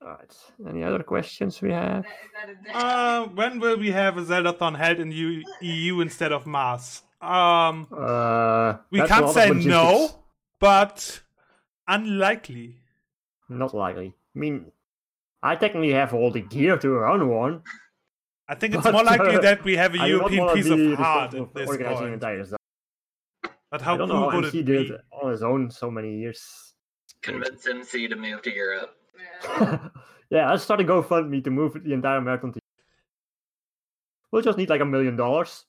Speaker 2: Alright. Any other questions we have?
Speaker 4: That- that is that.
Speaker 1: Uh, when will we have a Zeldathon held in U- EU instead of Mars? Um,
Speaker 2: Uh,
Speaker 1: we
Speaker 2: that's a
Speaker 1: can't
Speaker 2: lot of
Speaker 1: say no,
Speaker 2: logistics.
Speaker 1: but unlikely.
Speaker 2: Not likely. I mean, I technically have all the gear to run one.
Speaker 1: I think it's
Speaker 2: But,
Speaker 1: more likely
Speaker 2: uh,
Speaker 1: that we have a
Speaker 2: I do not
Speaker 1: European
Speaker 2: wanna
Speaker 1: piece
Speaker 2: be
Speaker 1: of art
Speaker 2: responsible
Speaker 1: at
Speaker 2: for
Speaker 1: this
Speaker 2: organizing an
Speaker 1: point.
Speaker 2: entire stuff.
Speaker 1: But
Speaker 2: I
Speaker 1: how
Speaker 2: don't know
Speaker 1: cool
Speaker 2: how
Speaker 1: would
Speaker 2: MC
Speaker 1: it
Speaker 2: did
Speaker 1: be?
Speaker 2: it on his own so many years.
Speaker 3: Convince MC to move to Europe.
Speaker 4: Yeah.
Speaker 2: yeah, let's start a GoFundMe to move the entire marathon team. We'll just need like a million dollars.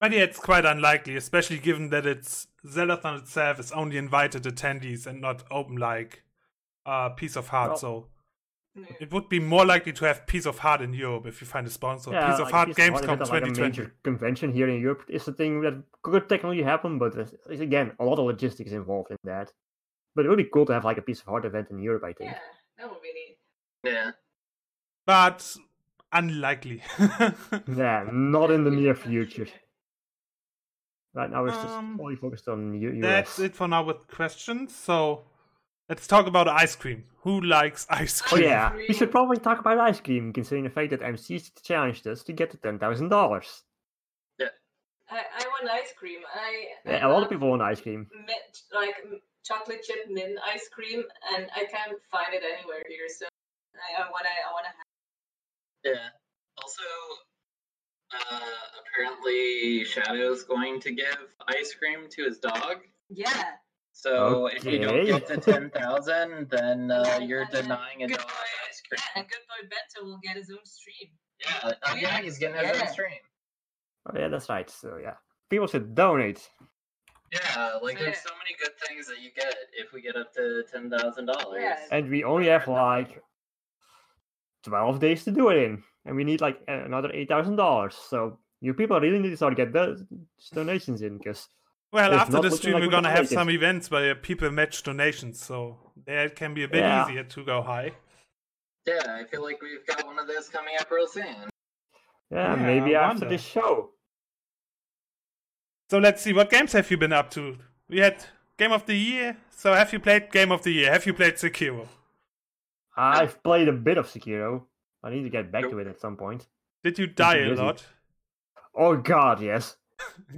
Speaker 1: But yeah, it's quite unlikely, especially given that it's Zeldathon itself is only invited attendees and not open like uh, piece of heart.
Speaker 2: Well-
Speaker 1: so
Speaker 4: Yeah.
Speaker 1: it would be more likely to have piece of heart in Europe if you find a sponsor.
Speaker 2: Yeah,
Speaker 1: piece of
Speaker 2: like
Speaker 1: heart
Speaker 2: Peace of Heart
Speaker 1: Gamescom
Speaker 2: event at, like, a
Speaker 1: 2020.
Speaker 2: major convention here in Europe is a thing that could technically happen, but there's, there's, again a lot of logistics involved in that. But it would be cool to have like a piece of heart event in Europe, I think.
Speaker 4: yeah, that would be neat.
Speaker 3: Yeah.
Speaker 1: but unlikely.
Speaker 2: Yeah, not in the near future. Right now, it's just
Speaker 1: Um,
Speaker 2: only focused on U- US.
Speaker 1: That's it for now with questions. So let's talk about ice cream. Who likes ice
Speaker 2: Oh
Speaker 1: cream?
Speaker 2: yeah, we
Speaker 4: Really?
Speaker 2: should probably talk about ice cream, considering the fact that MC's challenged us to get to ten thousand dollars.
Speaker 4: I, I want ice cream. I I
Speaker 2: Yeah, a lot
Speaker 4: love
Speaker 2: of people want ice cream.
Speaker 4: mint, like m- chocolate chip mint ice cream, and I can't find it anywhere here. So I, I wanna I wanna have.
Speaker 3: Yeah. Also, uh, apparently Shadow's going to give ice cream to his dog.
Speaker 4: Yeah.
Speaker 3: So if you don't get to
Speaker 2: Okay.
Speaker 3: ten thousand, then uh, you're
Speaker 4: And then
Speaker 3: denying a
Speaker 4: good
Speaker 3: dog
Speaker 4: boy,
Speaker 3: ice cream.
Speaker 4: Yeah, and good boy Bento will get his own stream.
Speaker 3: Yeah, oh, yeah, he's getting his
Speaker 4: Yeah.
Speaker 3: own stream.
Speaker 2: Oh yeah, that's right. So yeah, people should donate.
Speaker 3: Yeah, like
Speaker 4: So,
Speaker 3: there's
Speaker 4: yeah.
Speaker 3: so many good things that you get if we get up to ten thousand
Speaker 4: Yeah.
Speaker 3: dollars.
Speaker 2: and we only have like 12 days to do it in and we need like a- another $8000 so you people really need to start get those donations in because
Speaker 1: Well,
Speaker 2: It's
Speaker 1: after
Speaker 2: not
Speaker 1: the
Speaker 2: looking
Speaker 1: stream,
Speaker 2: like
Speaker 1: we're
Speaker 2: we
Speaker 1: gonna
Speaker 2: can
Speaker 1: have
Speaker 2: make it.
Speaker 1: some events where people match donations, so there it can be a bit
Speaker 2: Yeah.
Speaker 1: easier to go high.
Speaker 3: Yeah, I feel like we've got one of those coming up real soon.
Speaker 2: yeah,
Speaker 1: Yeah, I
Speaker 2: maybe after
Speaker 1: wonder.
Speaker 2: this show
Speaker 1: So let's see, what games have you been up to? We had Game of the Year. So have you played Game of the Year? Have you played Sekiro?
Speaker 2: i've played a bit of sekiro i need to get back
Speaker 3: Nope.
Speaker 2: to it at some point
Speaker 1: Did you die a
Speaker 2: busy.
Speaker 1: lot?
Speaker 2: oh god yes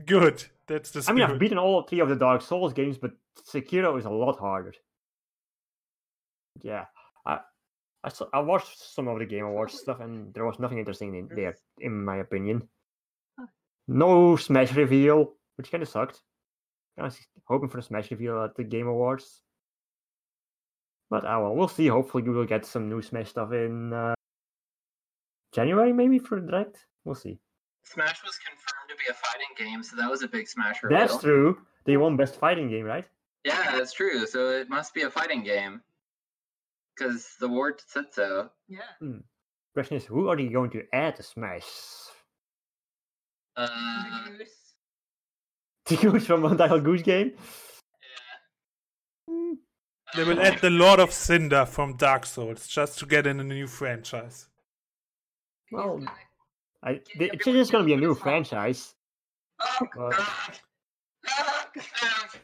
Speaker 1: Good. That's the
Speaker 2: i
Speaker 1: spirit.
Speaker 2: mean i've beaten all three of the dark souls games but sekiro is a lot harder yeah i I, saw, I watched some of the Game Awards stuff, and there was nothing interesting in there, in my opinion. No Smash reveal, which kind of sucked. I was hoping for a Smash reveal at the Game Awards. But ah well, we'll see. Hopefully, we will get some new Smash stuff in uh, January, maybe for the Direct. We'll see.
Speaker 3: Smash was confirmed to be a fighting game, so that was a big Smash reveal.
Speaker 2: That's true. They won Best Fighting Game, right?
Speaker 3: Yeah, that's true. So it must be a fighting game, because the ward said so.
Speaker 4: Yeah.
Speaker 2: Question is, who are they going to add to Smash?
Speaker 3: Uh,
Speaker 4: the goose.
Speaker 2: The Goose from Untitled Goose Game? Hmm,
Speaker 1: They
Speaker 3: Uh,
Speaker 1: will add the Lord of Cinder from Dark Souls just to get in a new franchise.
Speaker 4: He's
Speaker 2: Well,
Speaker 4: gonna-
Speaker 2: I,
Speaker 4: Can
Speaker 2: they,
Speaker 4: you
Speaker 2: it's
Speaker 4: be
Speaker 2: just going to be a
Speaker 4: repeated
Speaker 2: new
Speaker 4: as well?
Speaker 2: franchise.
Speaker 3: Oh,
Speaker 2: But
Speaker 3: God. Oh, God.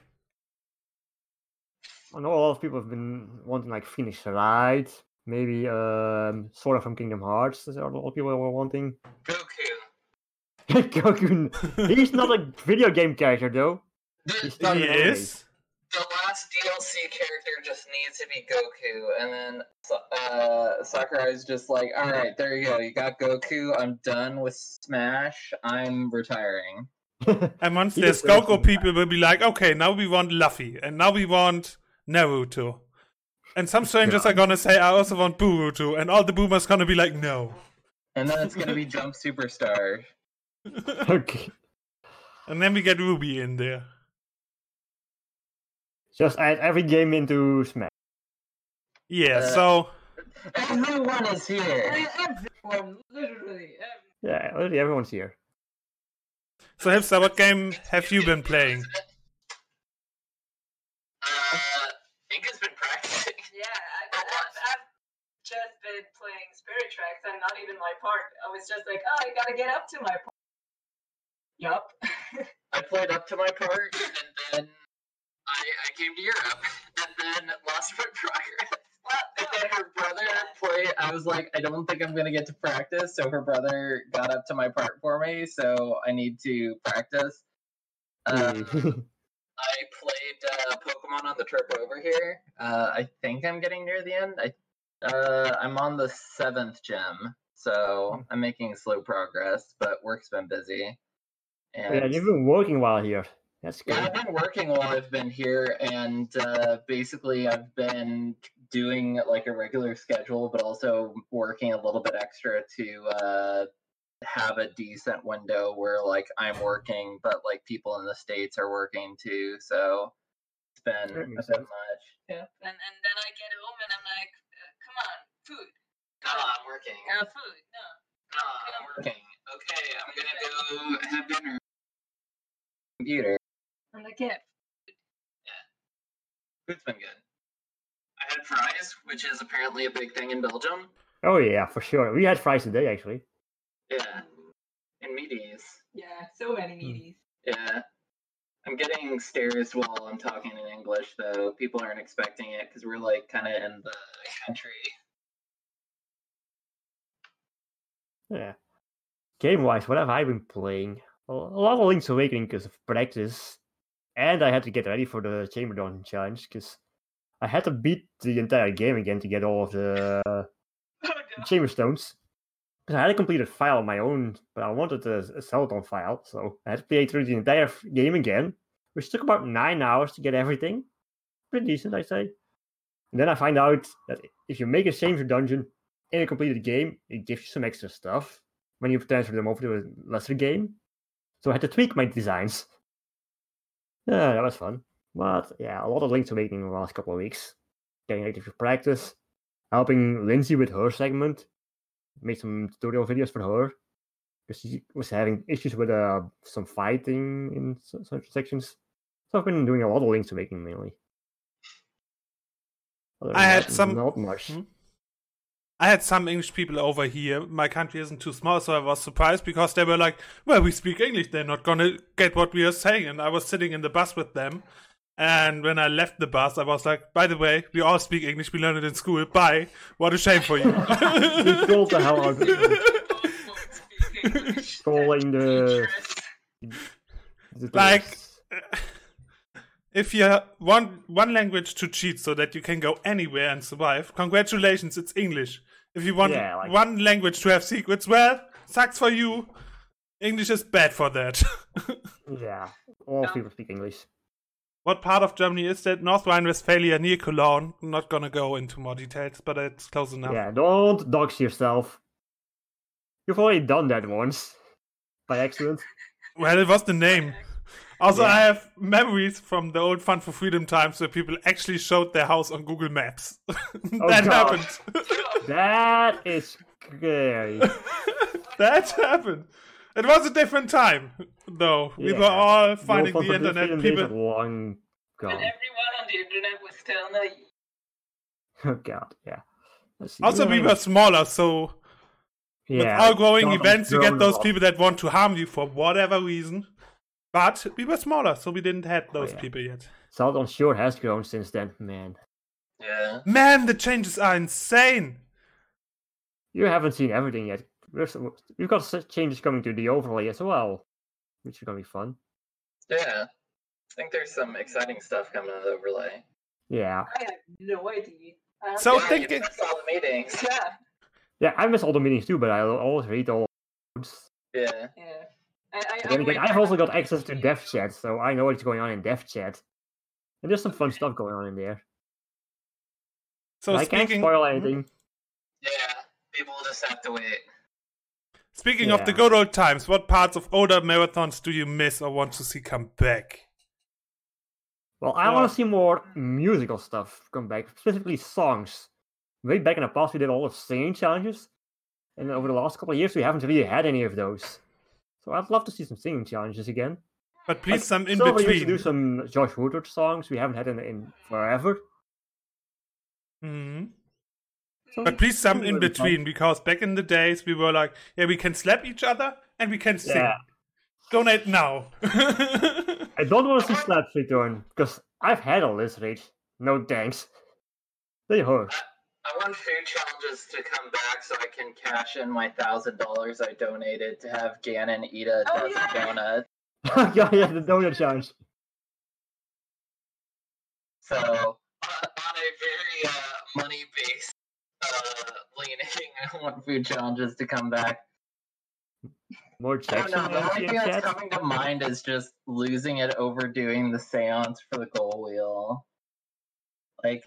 Speaker 2: I know a lot of people have been wanting like Phoenix Wright, maybe um, Sora from Kingdom Hearts. That's what a lot of people were wanting.
Speaker 3: Goku.
Speaker 2: Goku, he's not a video game character though.
Speaker 3: The,
Speaker 2: He's not
Speaker 1: He
Speaker 2: an anime.
Speaker 1: is?
Speaker 3: the last DLC character just needs to be Goku, and then uh, Sakurai's just like, all right, there you go, you got Goku. I'm done with Smash. I'm retiring.
Speaker 1: And once
Speaker 2: He
Speaker 1: the
Speaker 2: deserves to
Speaker 1: Skoko
Speaker 2: be
Speaker 1: people will be like, okay, now we want Luffy, and now we want Naruto. And some strangers are gonna say, I also want Buruto, and all the boomers gonna be like, no.
Speaker 3: And then it's gonna be Jump Superstar.
Speaker 2: Okay.
Speaker 1: And then we get Ruby in there.
Speaker 2: Just add every game into Smash.
Speaker 1: Yeah,
Speaker 3: Uh,
Speaker 1: so
Speaker 3: Everyone is here.
Speaker 4: Everyone, literally. um, everyone.
Speaker 2: Yeah, already everyone's here.
Speaker 1: so Hipster, what game have you been playing?
Speaker 3: Uh, Inka's been practicing.
Speaker 4: Yeah, I, I've, I've just been playing Spirit Tracks and not even my part. I was just like, oh, I gotta get up to my part. Yup.
Speaker 3: I played up to my part, and then I, I came to Europe, and then lost my progress. And then her brother played. I was like, I don't think I'm gonna get to practice. So her brother got up to my part for me. So I need to practice. Uh,
Speaker 2: Hmm.
Speaker 3: I played uh, Pokemon on the trip over here. Uh, I think I'm getting near the end. I uh, I'm on the seventh gem,
Speaker 2: Hmm.
Speaker 3: so I'm making slow progress. But work's been busy. And
Speaker 2: yeah, you've been working while here. That's
Speaker 3: yeah,
Speaker 2: good.
Speaker 3: I've been working while I've been here, and uh, basically I've been doing like a regular schedule, but also working a little bit extra to uh, have a decent window where like I'm working, but like people in the states are working too. So it's been
Speaker 2: That
Speaker 3: a bit
Speaker 2: makes
Speaker 3: much.
Speaker 2: sense.
Speaker 3: Yeah,
Speaker 4: And, and then I get home and I'm like, uh, come on, food.
Speaker 3: no, I'm working.
Speaker 4: Uh, food, no.
Speaker 3: No, I'm working. Okay, I'm gonna go have dinner. Computer.
Speaker 4: I'm like, yeah.
Speaker 3: Food's been good. I had fries, which is apparently a big thing in Belgium.
Speaker 2: Oh yeah, for sure. We had fries today actually.
Speaker 3: Yeah. And meaties.
Speaker 4: Yeah, so many meaties.
Speaker 3: Yeah. I'm getting stares while I'm talking in English, though. People aren't expecting it because we're like kind of in the country.
Speaker 2: Yeah. Game wise, what have I been playing? A a lot of Link's Awakening because of practice, and I had to get ready for the Chamber Dawn challenge because I had to beat the entire game again to get all of the
Speaker 4: Oh,
Speaker 2: the
Speaker 4: no.
Speaker 2: Chamber Stones. 'Cause I had a completed file of my own, but I wanted a, a Celadon file, so I had to play through the entire f- game again, which took about nine hours to get everything. Pretty decent, I say. And then I find out that if you make a Chamber Dungeon in a completed game, it gives you some extra stuff when you transfer them over to a lesser game. So I had to tweak my designs. Yeah, that was fun. But yeah, a lot of Link's Awakening in the last couple of weeks. Getting active with practice, helping Lindsay with her segment, made some tutorial videos for her because she was having issues with uh, some fighting in s- certain sections. So I've been doing a lot of Link's Awakening mainly. Other than
Speaker 1: I had
Speaker 2: that,
Speaker 1: some-
Speaker 2: Not much.
Speaker 1: Hmm? I had some English people over here. My country isn't too small, so I was surprised because they were like, "Well, we speak English. They're not gonna get what we are saying." And I was sitting in the bus with them, and when I left the bus, I was like, "By the way, we all speak English. We learned it in school. Bye. What a shame for you."
Speaker 2: He trolled the
Speaker 3: Oh,
Speaker 2: hell out of me. Calling the- The
Speaker 1: Like-
Speaker 2: tourists.
Speaker 1: if you want one language to cheat so that you can go anywhere and survive, congratulations, it's English. If you want
Speaker 2: Yeah, like-
Speaker 1: one language to have secrets, well, sucks for you. English is bad for that.
Speaker 2: Yeah, all
Speaker 4: Yeah.
Speaker 2: people speak English.
Speaker 1: what part of Germany is that? North Rhine Westphalia near Cologne. I'm not gonna go into more details, but it's close enough.
Speaker 2: Yeah, don't dox yourself. You've already done that once by accident.
Speaker 1: Well, it was the name. Also,
Speaker 2: Yeah.
Speaker 1: I have memories from the old Fun for Freedom times where people actually showed their house on Google Maps. that
Speaker 2: Oh, God.
Speaker 1: happened.
Speaker 2: That is scary.
Speaker 1: that happened. It was a different time, though. We were
Speaker 2: Yeah.
Speaker 1: all finding
Speaker 2: Wolf of
Speaker 1: the internet.
Speaker 2: Freedom Days are
Speaker 1: People,
Speaker 2: long
Speaker 4: And
Speaker 2: gone.
Speaker 4: everyone on the internet was still in the
Speaker 2: Oh god, yeah. Let's see,
Speaker 1: also, we
Speaker 2: yeah,
Speaker 1: were smaller, so
Speaker 2: yeah,
Speaker 1: with all growing
Speaker 2: God, I'm
Speaker 1: events, you get
Speaker 2: growing a
Speaker 1: those
Speaker 2: lot.
Speaker 1: people that want to harm you for whatever reason. But we were smaller, so we didn't have those
Speaker 2: Oh, yeah.
Speaker 1: people yet.
Speaker 2: Southern Shore has grown since then, man.
Speaker 3: Yeah.
Speaker 1: Man, the changes are insane.
Speaker 2: You haven't seen everything yet. There's, we've got such changes coming to the overlay as well, which is gonna be fun.
Speaker 3: Yeah. I think there's some exciting stuff coming out of the overlay.
Speaker 2: Yeah,
Speaker 4: I have no idea. I don't
Speaker 1: So
Speaker 4: know.
Speaker 1: Oh, thank you.
Speaker 3: That's all the meetings.
Speaker 4: Yeah,
Speaker 2: yeah. I miss all the meetings too, but I always read all.
Speaker 3: Yeah.
Speaker 4: yeah. I, I,
Speaker 2: But then
Speaker 4: I
Speaker 2: again,
Speaker 4: went-
Speaker 2: I've also got access to dev chat, so I know what's going on in dev chat. And there's some fun stuff going on in there.
Speaker 1: So
Speaker 2: I can't
Speaker 1: speaking, Mm-hmm.
Speaker 2: spoil anything.
Speaker 3: Yeah. People will just have to wait.
Speaker 1: speaking of the
Speaker 2: Yeah.
Speaker 1: good old times, what parts of older marathons do you miss or want to see come back?
Speaker 2: Well, I
Speaker 1: Yeah.
Speaker 2: want to see more musical stuff come back, specifically songs. Way back in the past, we did all of singing challenges, and over the last couple of years, we haven't really had any of those. So I'd love to see some singing challenges again.
Speaker 1: But please, some in
Speaker 2: Silver used to
Speaker 1: between.
Speaker 2: do some Josh Woodward songs we haven't had in, in forever.
Speaker 1: Mhm.
Speaker 2: So
Speaker 1: But please, some in
Speaker 2: Really fun.
Speaker 1: between, because back in the days we were like, yeah, we can slap each other and we can sing.
Speaker 2: Yeah.
Speaker 1: Donate now.
Speaker 2: I don't want to see Slaps return because I've had all this rage. No thanks. They hurt.
Speaker 3: I want food challenges to come back so I can cash in my thousand dollars I donated to have Gannon eat a
Speaker 4: Oh,
Speaker 3: dozen
Speaker 4: yeah.
Speaker 3: donuts.
Speaker 2: yeah, yeah, the donut challenge.
Speaker 3: So on on a very uh, money based uh, leaning, I want food challenges to come back.
Speaker 2: More
Speaker 3: I don't
Speaker 2: checks.
Speaker 3: know.
Speaker 2: on
Speaker 3: The
Speaker 2: the
Speaker 3: only
Speaker 2: GM
Speaker 3: thing that's
Speaker 2: chat.
Speaker 3: coming to mind is just losing it overdoing the seance for the goal wheel. Like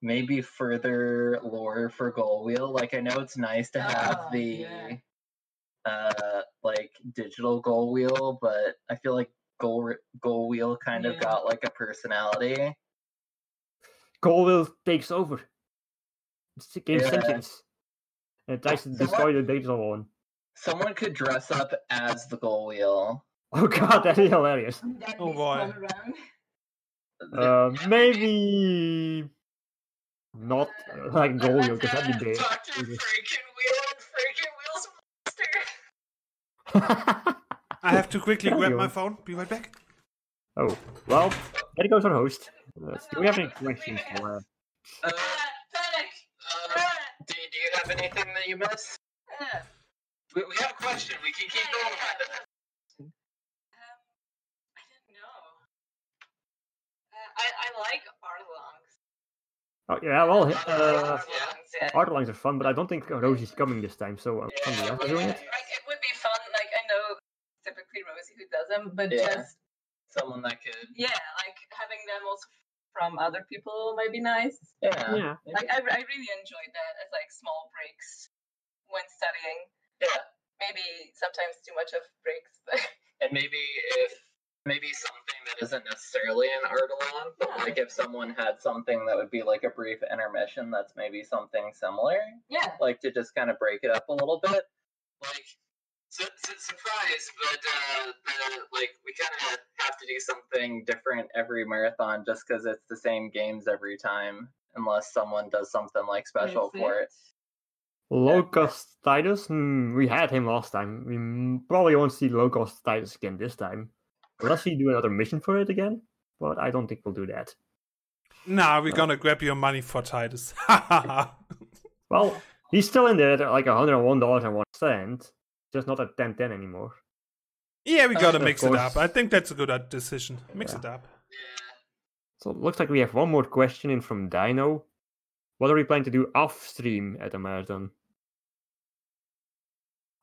Speaker 3: maybe further lore for goal wheel. Like I know it's nice to have
Speaker 4: Ah,
Speaker 3: the
Speaker 4: yeah.
Speaker 3: uh like digital goal wheel, but I feel like goal goal wheel kind of
Speaker 4: Yeah.
Speaker 3: got like a personality.
Speaker 2: Colville takes over. It's against
Speaker 3: Yeah.
Speaker 2: Simpsons. And it tries to
Speaker 3: So
Speaker 2: destroy the digital one.
Speaker 3: Someone could dress up as the goal wheel.
Speaker 2: Oh god, that is hilarious.
Speaker 4: That
Speaker 1: Oh,
Speaker 4: is
Speaker 1: boy.
Speaker 4: all around.
Speaker 2: Uh, maybe not uh, like Golio, because that'd be bad.
Speaker 3: Doctor
Speaker 2: Jesus.
Speaker 3: Wheel and Franken Wheel's monster.
Speaker 1: I have to quickly
Speaker 2: Yeah,
Speaker 1: grab
Speaker 2: you
Speaker 1: my
Speaker 2: are.
Speaker 1: phone. Be right back.
Speaker 2: oh, well, there goes our host. Let's- do we have any questions for uh,
Speaker 3: Uh,
Speaker 4: Panic!
Speaker 3: uh, do, do you have anything that you missed?
Speaker 4: Yeah.
Speaker 3: We, we have a question. We can keep going on this.
Speaker 4: Um, I don't know. Uh, I, I like Arlongs.
Speaker 2: Oh, yeah, well, hi- uh,
Speaker 4: Arlongs, yeah.
Speaker 2: art lines are fun, but I don't think Rosie's coming this time, so uh, somebody else is doing it.
Speaker 4: Like, it would be fun. Like, I know typically Rosie who does them, but
Speaker 3: Yeah.
Speaker 4: just,
Speaker 3: Someone that could.
Speaker 4: yeah, like having them also from other people might be nice.
Speaker 3: Yeah.
Speaker 2: Yeah.
Speaker 4: Like, I, I really enjoyed that as like small breaks when studying.
Speaker 3: Yeah.
Speaker 4: Maybe sometimes too much of breaks, but
Speaker 3: and maybe if maybe something that isn't necessarily an Artelon, but
Speaker 4: Yeah.
Speaker 3: like if someone had something that would be like a brief intermission that's maybe something similar,
Speaker 4: Yeah.
Speaker 3: like to just kind of break it up a little bit. Like, su- su- surprise, but uh, the, like we kind of have to do something different every marathon just because it's the same games every time, unless someone does something like special for it.
Speaker 2: Locust Titus, hmm, we had him last time. We m- probably won't see Locust Titus again this time. Unless we do another mission for it again, but I don't think we'll do that.
Speaker 1: Nah, we're gonna grab your money for Titus. Ha ha ha.
Speaker 2: Well, he's still in there at like $101.01, just not at 10.10 anymore.
Speaker 1: Yeah, we gotta
Speaker 2: Of
Speaker 1: mix it
Speaker 2: course.
Speaker 1: up. I think that's a good uh, decision. Mix it up.
Speaker 2: So it looks like we have one more question in from Dino. What are we planning to do off stream at the marathon?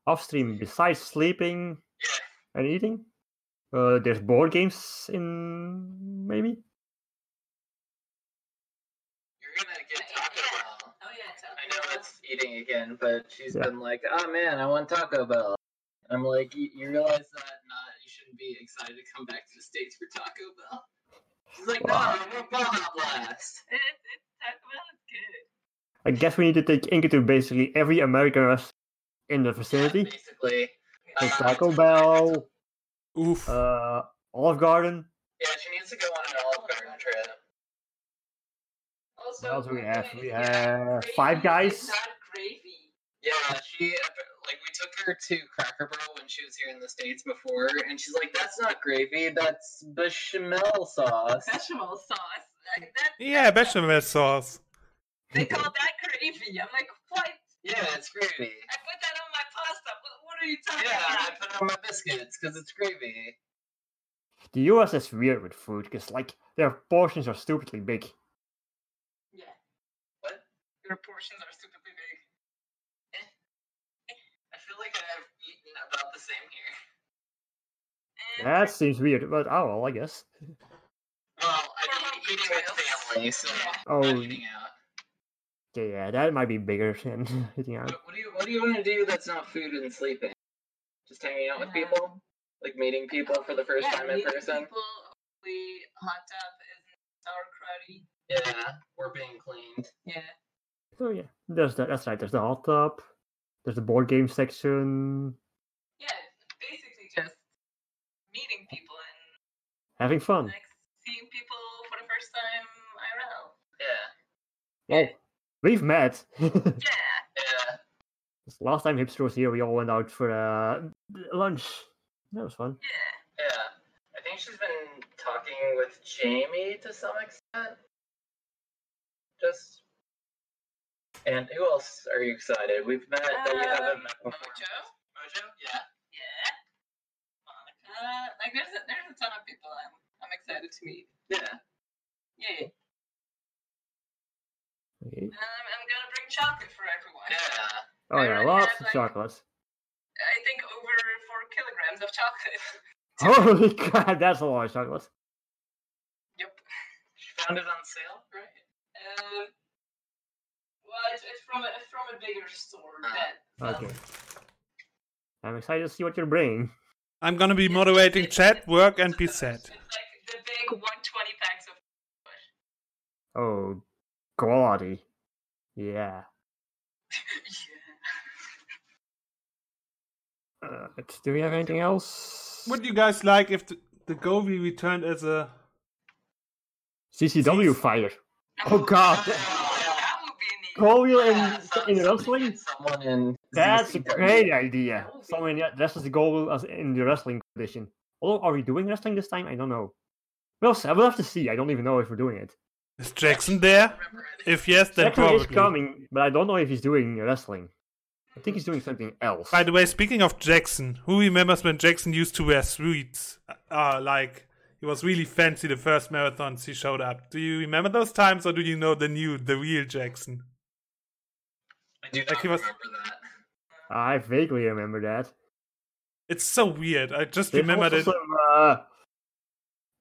Speaker 2: Off stream, besides sleeping and eating, uh, there's board games in maybe.
Speaker 3: You're gonna get Taco Bell.
Speaker 4: Oh yeah. Taco
Speaker 3: I know
Speaker 4: Bell.
Speaker 3: it's eating again, but she's
Speaker 2: Yeah.
Speaker 3: been like, "Oh man, I want Taco Bell." I'm like, "You, you realize that not you shouldn't be excited to come back to the states for Taco Bell." She's like, "No, I want Bella Blast."
Speaker 4: It, it, Taco Bell is good.
Speaker 2: I guess we need to take Inca to basically every American restaurant in the vicinity.
Speaker 3: Basically,
Speaker 2: So
Speaker 3: Uh,
Speaker 2: Taco Bell,
Speaker 1: Oof.
Speaker 2: uh, Olive Garden.
Speaker 3: yeah, she needs to go on an Olive Garden trip.
Speaker 4: Also,
Speaker 2: What else do we have?
Speaker 4: okay,
Speaker 2: We
Speaker 4: yeah,
Speaker 2: have
Speaker 4: gravy
Speaker 2: Five
Speaker 4: is
Speaker 2: Guys.
Speaker 4: Not gravy.
Speaker 3: Yeah, she like we took her to Cracker Barrel when she was here in the states before, and she's like, "That's not gravy, that's bechamel sauce."
Speaker 4: Bechamel sauce. Like that,
Speaker 1: Yeah, bechamel sauce.
Speaker 4: they call that gravy. I'm like, what?
Speaker 3: Yeah, it's gravy.
Speaker 4: I put that on my pasta. What, what are you talking
Speaker 3: Yeah, I
Speaker 4: about?
Speaker 3: put it on my biscuits because it's gravy.
Speaker 2: The US is weird with food because like their portions are stupidly big.
Speaker 4: Yeah.
Speaker 3: What?
Speaker 4: Your portions are stupidly big.
Speaker 3: I feel like I've eaten about the same here.
Speaker 4: Eh,
Speaker 2: That seems weird, but oh well, I guess.
Speaker 3: Well,
Speaker 4: We're
Speaker 3: I've
Speaker 4: hungry
Speaker 3: been eating with
Speaker 4: trails.
Speaker 3: family, so
Speaker 4: Yeah.
Speaker 2: Oh,
Speaker 3: not eating out.
Speaker 2: yeah, yeah, that might be bigger than eating out.
Speaker 3: What, what do you What do you want to do that's not food and sleeping? Just hanging out with
Speaker 4: Yeah.
Speaker 3: people, like meeting people for the first
Speaker 4: yeah,
Speaker 3: time in
Speaker 4: meeting
Speaker 3: person.
Speaker 4: People, hopefully, hot tub isn't sauerkrauty.
Speaker 3: Yeah, we're being cleaned.
Speaker 4: Yeah.
Speaker 2: So Oh, yeah, there's that. That's right. There's the hot tub. There's the board game section.
Speaker 4: Yeah, basically just meeting people and
Speaker 2: Having fun.
Speaker 4: like seeing people for the first time IRL.
Speaker 3: Yeah,
Speaker 2: Well, we've met.
Speaker 4: Yeah.
Speaker 3: yeah.
Speaker 2: Last time Hipster was here, we all went out for uh, lunch. That was fun.
Speaker 4: Yeah.
Speaker 3: Yeah. I think she's been talking with Jamie to some extent. Just. And who else are you excited? We've met that you haven't
Speaker 4: Um,
Speaker 3: met before.
Speaker 4: Mojo.
Speaker 3: Mojo? Yeah.
Speaker 4: Yeah. Monica. Like there's a, there's a ton of people I'm I'm excited to meet.
Speaker 3: Yeah.
Speaker 4: Yeah.
Speaker 2: Okay.
Speaker 4: And I'm, I'm gonna bring chocolate for everyone.
Speaker 3: Yeah.
Speaker 2: Oh yeah,
Speaker 4: already
Speaker 2: lots
Speaker 4: had,
Speaker 2: of
Speaker 4: like-
Speaker 2: chocolates.
Speaker 4: I think over four kilograms of chocolate.
Speaker 2: Holy crap, that's a lot of chocolates.
Speaker 4: yep.
Speaker 3: She found it on sale, right?
Speaker 4: Um. Well, it's, it's from a from a bigger store.
Speaker 3: Ah,
Speaker 4: that sells-
Speaker 2: Okay. I'm excited to see what you're bringing.
Speaker 1: I'm gonna be moderating chat, work, and be sad.
Speaker 4: It's like the big 120 packs of.
Speaker 2: Oh, quality. Yeah. Uh, it's- do we have anything else?
Speaker 1: Would you guys like if the, the Govi returned as a?
Speaker 2: CCW fighter. Oh god.
Speaker 4: that would be neat.
Speaker 2: Colville
Speaker 3: Yeah,
Speaker 2: and
Speaker 3: so-
Speaker 2: in
Speaker 3: somebody
Speaker 2: wrestling?
Speaker 3: get Someone in.
Speaker 2: That's a
Speaker 3: ZCW.
Speaker 2: great idea.
Speaker 4: That would be-
Speaker 2: Someone yeah, dresses the goal as in the wrestling edition. Although, are we doing wrestling this time? I don't know. We'll see. We'll have to see. I don't even know if we're doing it.
Speaker 1: Is Jackson there?
Speaker 3: Remember it.
Speaker 1: If yes, then
Speaker 2: Jackson
Speaker 1: probably.
Speaker 2: is coming, but I don't know if he's doing wrestling. I think he's doing something else.
Speaker 1: By the way, speaking of Jackson, who remembers when Jackson used to wear suits? Uh, like he was really fancy the first marathons he showed up. Do you remember those times, or do you know the new, the real Jackson?
Speaker 3: I do not
Speaker 1: Like he was-
Speaker 3: remember that.
Speaker 2: I vaguely remember that.
Speaker 1: It's so weird. I just
Speaker 2: There's
Speaker 1: remembered
Speaker 2: also
Speaker 1: it.
Speaker 2: some uh,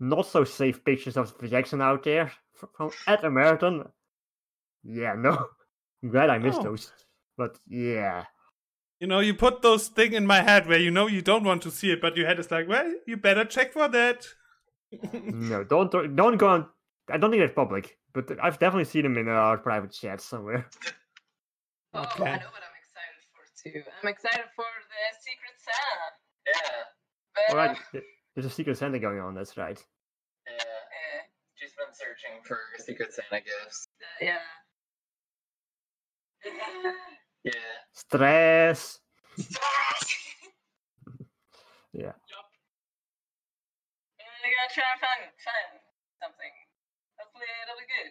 Speaker 2: not so safe pictures of Jackson out there fr- from at a marathon. Yeah, no. I'm glad I missed
Speaker 1: Oh.
Speaker 2: those. But yeah.
Speaker 1: You know, you put those thing in my head where you know you don't want to see it, but your head is like, well, you better check for that.
Speaker 2: No, don't don't go on. I don't think it's public, but I've definitely seen him in our private chat somewhere.
Speaker 4: Oh,
Speaker 1: Okay.
Speaker 4: I know what I'm excited for too. I'm excited for the Secret Santa.
Speaker 3: Yeah,
Speaker 2: All
Speaker 4: But
Speaker 2: right,
Speaker 4: um,
Speaker 2: th- there's a secret Santa going on. That's right.
Speaker 3: yeah.
Speaker 4: eh,
Speaker 3: She's been searching for Secret Santa gifts.
Speaker 4: uh, yeah.
Speaker 3: Yeah.
Speaker 2: Stress. Yeah.
Speaker 4: Yup. And I gotta try and find, find something. Hopefully it'll be good.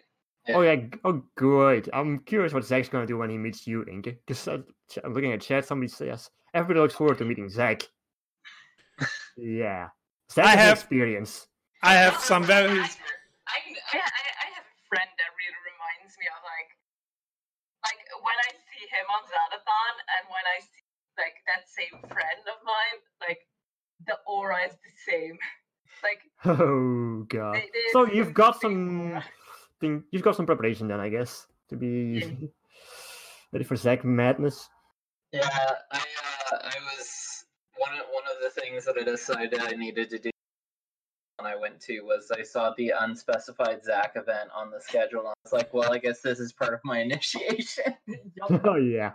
Speaker 2: Oh yeah. g- Oh great. I'm curious what Zach's gonna do when he meets you, Inke. Because I'm looking at chat. Somebody says everybody looks forward to meeting Zach. yeah. Zach has an
Speaker 1: have-
Speaker 2: experience.
Speaker 1: I have some very.
Speaker 4: I, I, I, I have a friend that really reminds me of like, like when I see him on Zalathon and when I see like that same friend of mine, like the aura is the same. Like
Speaker 2: Oh god.
Speaker 4: They- they-
Speaker 2: So
Speaker 4: they
Speaker 2: you've
Speaker 4: don't
Speaker 2: got
Speaker 4: think
Speaker 2: some
Speaker 4: more.
Speaker 2: thing you've got some preparation then I guess to be ready for Zack madness.
Speaker 3: Yeah, I uh, I was one of, one of the things that I decided I needed to do when I went to was I saw the unspecified Zach event on the schedule. And I was like, well, I guess this is part of my initiation.
Speaker 4: yup.
Speaker 2: oh yeah.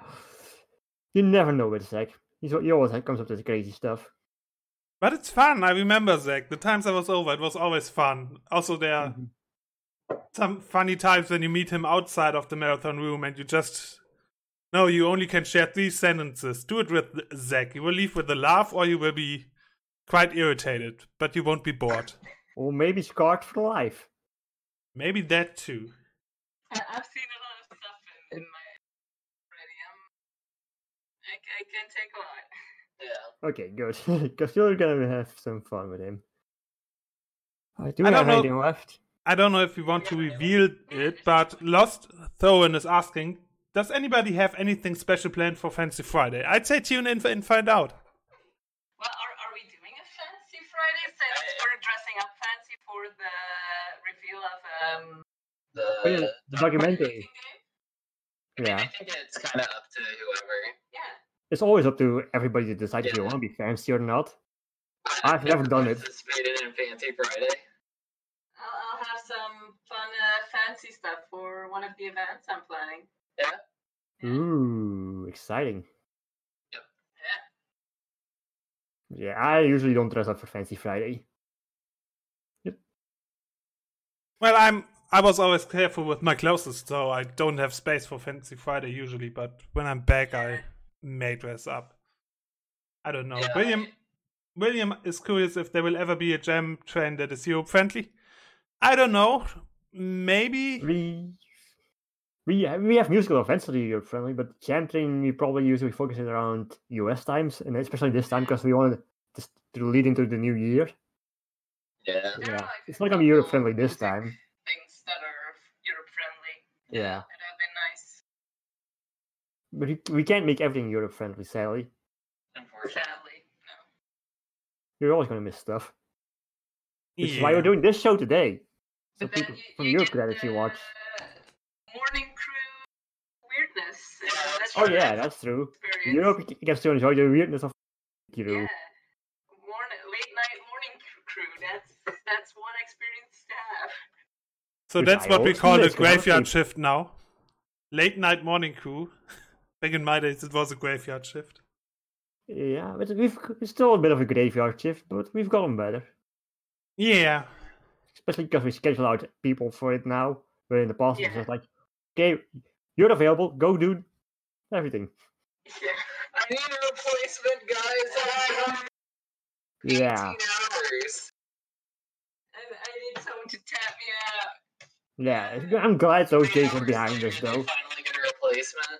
Speaker 2: You never know with Zack. He's al- he always ha- comes up with crazy stuff.
Speaker 1: But it's fun. I remember Zach. The times I was over, it was always fun. Also, there are
Speaker 2: Mhm.
Speaker 1: some funny times when you meet him outside of the marathon room and you just. No, you only can share three sentences. Do it with Zach. You will leave with a laugh or you will be quite irritated, but you won't be bored.
Speaker 2: Or maybe scarred for life.
Speaker 1: Maybe that too.
Speaker 4: I- I've seen a lot of stuff in, in my already. I'm, I, c- I can take a lot.
Speaker 3: yeah.
Speaker 2: Okay, good. Because you're gonna have some fun with him. I do
Speaker 1: I don't
Speaker 2: have
Speaker 1: know-
Speaker 2: anything left.
Speaker 1: I don't know if uh, we want to reveal it, but Lost Thorin is asking Does anybody have anything special planned for Fancy Friday? I'd say tune in and find out.
Speaker 4: Well, are, are we doing a fancy Friday since
Speaker 3: I-
Speaker 4: we're dressing up fancy for the reveal of um
Speaker 2: Oh, yeah,
Speaker 3: The,
Speaker 2: the documentary.
Speaker 4: drinking game?
Speaker 3: I
Speaker 2: Yeah.
Speaker 3: think it's kind of up to whoever.
Speaker 4: Yeah.
Speaker 2: It's always up to everybody to decide if you
Speaker 3: Yeah.
Speaker 2: want to be fancy or not.
Speaker 3: I-
Speaker 2: I've
Speaker 3: I've
Speaker 2: never done it.
Speaker 3: Participated in Fancy Friday.
Speaker 4: I'll, I'll have some fun uh, fancy stuff for one of the events I'm planning.
Speaker 2: Ooh, exciting.
Speaker 3: Yep.
Speaker 2: Yeah, I usually don't dress up for Fancy Friday.
Speaker 1: Well, I'm. I was always careful with my clothes, so I don't have space for Fancy Friday usually. But when I'm back, I may dress up. I don't know.
Speaker 3: Yeah,
Speaker 1: William, William is curious if there will ever be a jam train that is Europe friendly. I don't know. Maybe
Speaker 2: We we ha- we have musical events that are Europe friendly, but jam train we probably usually focus it around U.S. times, and especially this time because we wanted just to lead into the new year.
Speaker 3: Yeah.
Speaker 4: Yeah,
Speaker 2: Yeah,
Speaker 4: like
Speaker 2: it's not gonna be Europe
Speaker 4: local
Speaker 2: friendly this
Speaker 4: music
Speaker 2: time.
Speaker 4: Things that are Europe friendly.
Speaker 2: Yeah,
Speaker 4: That have been nice.
Speaker 2: but we, we can't make everything Europe friendly, sadly.
Speaker 3: Unfortunately.
Speaker 4: Sadly, no.
Speaker 2: You're always gonna miss stuff. Which is why
Speaker 1: Yeah.
Speaker 2: we're doing this show today. So
Speaker 4: But then
Speaker 2: people
Speaker 4: you-
Speaker 2: from
Speaker 4: you
Speaker 2: Europe
Speaker 4: get
Speaker 2: could actually
Speaker 4: the
Speaker 2: watch.
Speaker 4: Morning crew weirdness. uh,
Speaker 3: Yeah.
Speaker 4: that's
Speaker 2: Oh
Speaker 4: what
Speaker 2: yeah,
Speaker 4: I've
Speaker 2: that's true.
Speaker 4: experienced.
Speaker 2: Europe g- gets to enjoy the weirdness of Europe.
Speaker 4: Yeah. Morning, late night morning cr- crew. That's that's one experience to have.
Speaker 1: so.
Speaker 2: Good
Speaker 1: That's what we
Speaker 2: idol.
Speaker 1: call a
Speaker 2: Let's go have a
Speaker 1: graveyard
Speaker 2: sleep.
Speaker 1: shift now. Late night morning crew. Back in my days, it was a graveyard shift.
Speaker 2: Yeah, but we've g- it's still a bit of a graveyard shift, but we've gotten better.
Speaker 1: Yeah,
Speaker 2: Especially because we schedule out people for it now. Where in the past it was
Speaker 4: Yeah.
Speaker 2: just like, okay, you're available, go do everything.
Speaker 4: Yeah.
Speaker 3: I need a replacement, guys. I have
Speaker 2: Yeah,
Speaker 3: 18 hours.
Speaker 4: And I need someone to tap me out.
Speaker 2: yeah. it's good- I'm glad those
Speaker 3: Three
Speaker 2: days are
Speaker 3: hours
Speaker 2: behind
Speaker 3: later,
Speaker 2: us,
Speaker 3: they
Speaker 2: though.
Speaker 3: Finally get a replacement.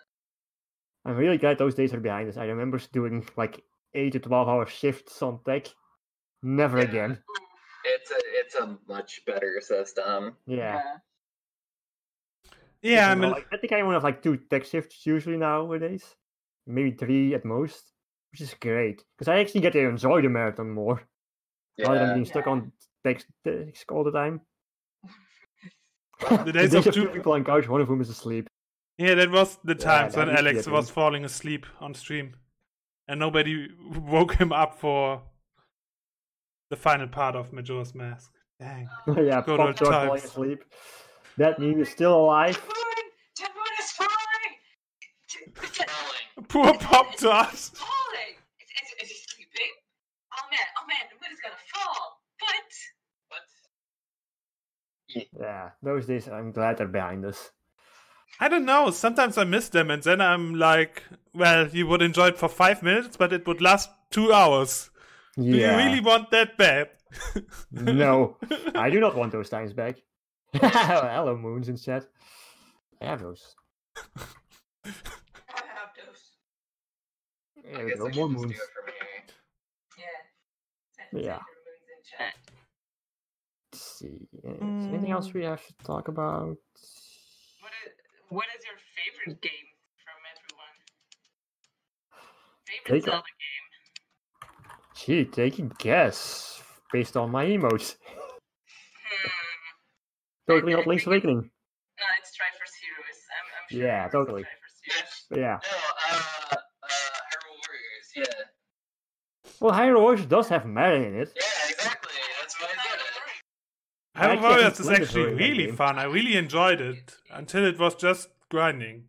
Speaker 2: I'm really glad those days are behind us. I remember s- doing like eight to twelve hour shifts on tech. Never
Speaker 3: Yeah.
Speaker 2: again.
Speaker 4: Ooh,
Speaker 3: It's a it's a much better system.
Speaker 2: Yeah.
Speaker 1: yeah.
Speaker 2: I'm
Speaker 1: I'm. A,
Speaker 2: like, I think I only have like two tech shifts usually nowadays, maybe three at most, which is great because I actually get to enjoy the marathon more rather than
Speaker 3: Yeah.
Speaker 2: being stuck
Speaker 4: Yeah.
Speaker 2: on tech tech all the time.
Speaker 1: The days of
Speaker 2: two
Speaker 1: two-
Speaker 2: people on couch, one of whom is asleep.
Speaker 1: Yeah, that was the
Speaker 2: Yeah,
Speaker 1: times
Speaker 2: that
Speaker 1: when
Speaker 2: used to be a
Speaker 1: Alex
Speaker 2: thing.
Speaker 1: was falling asleep on stream, and nobody woke him up for the final part of Majora's Mask. Dang.
Speaker 2: yeah,
Speaker 1: Good
Speaker 2: pop
Speaker 1: old
Speaker 2: torch while you
Speaker 1: times.
Speaker 2: sleep. That meme is still alive.
Speaker 4: Moon! The moon is falling! It's
Speaker 3: Falling.
Speaker 1: Poor Pop Tart.
Speaker 4: falling! Is, is, is he sleeping? Oh man, oh man, the moon is gonna fall! What?
Speaker 3: What?
Speaker 2: Yeah, those days. I'm glad they're behind us.
Speaker 1: I don't know. Sometimes I miss them, and then I'm like, well, you would enjoy it for five minutes, but it would last two hours. Do
Speaker 2: Yeah.
Speaker 1: you really want that bad?
Speaker 2: no, I do not want those times back. Hello, moons in chat. I have those.
Speaker 4: I have those.
Speaker 2: Yeah,
Speaker 3: I guess
Speaker 2: no more
Speaker 3: I should just do
Speaker 2: moons.
Speaker 3: it for me.
Speaker 4: Yeah. Send- send
Speaker 2: Yeah.
Speaker 4: your moons in chat.
Speaker 2: Let's see. uh, is there Anything else
Speaker 1: Mm.
Speaker 2: we have to talk about?
Speaker 4: What is, what is your favorite game from everyone? Favorite
Speaker 2: Take a-
Speaker 4: Zelda
Speaker 2: Gee, take a guess based on my emotes.
Speaker 4: game? Hmm.
Speaker 2: Totally not Link's Awakening.
Speaker 4: No, Uh, it's Triforce Heroes. I'm, I'm sure.
Speaker 2: Yeah,
Speaker 4: it's
Speaker 2: totally.
Speaker 4: Triforce Heroes.
Speaker 2: But yeah.
Speaker 3: No, uh, uh, Hyrule Warriors. Yeah.
Speaker 2: Well, Hyrule Warriors does have merit in it.
Speaker 3: Yeah, exactly. That's why I did it.
Speaker 1: I don't
Speaker 2: I
Speaker 1: know.
Speaker 2: can't
Speaker 1: This is
Speaker 2: explain it
Speaker 1: actually
Speaker 2: very well,
Speaker 1: really
Speaker 2: game.
Speaker 1: fun. I really enjoyed it until it was just grinding.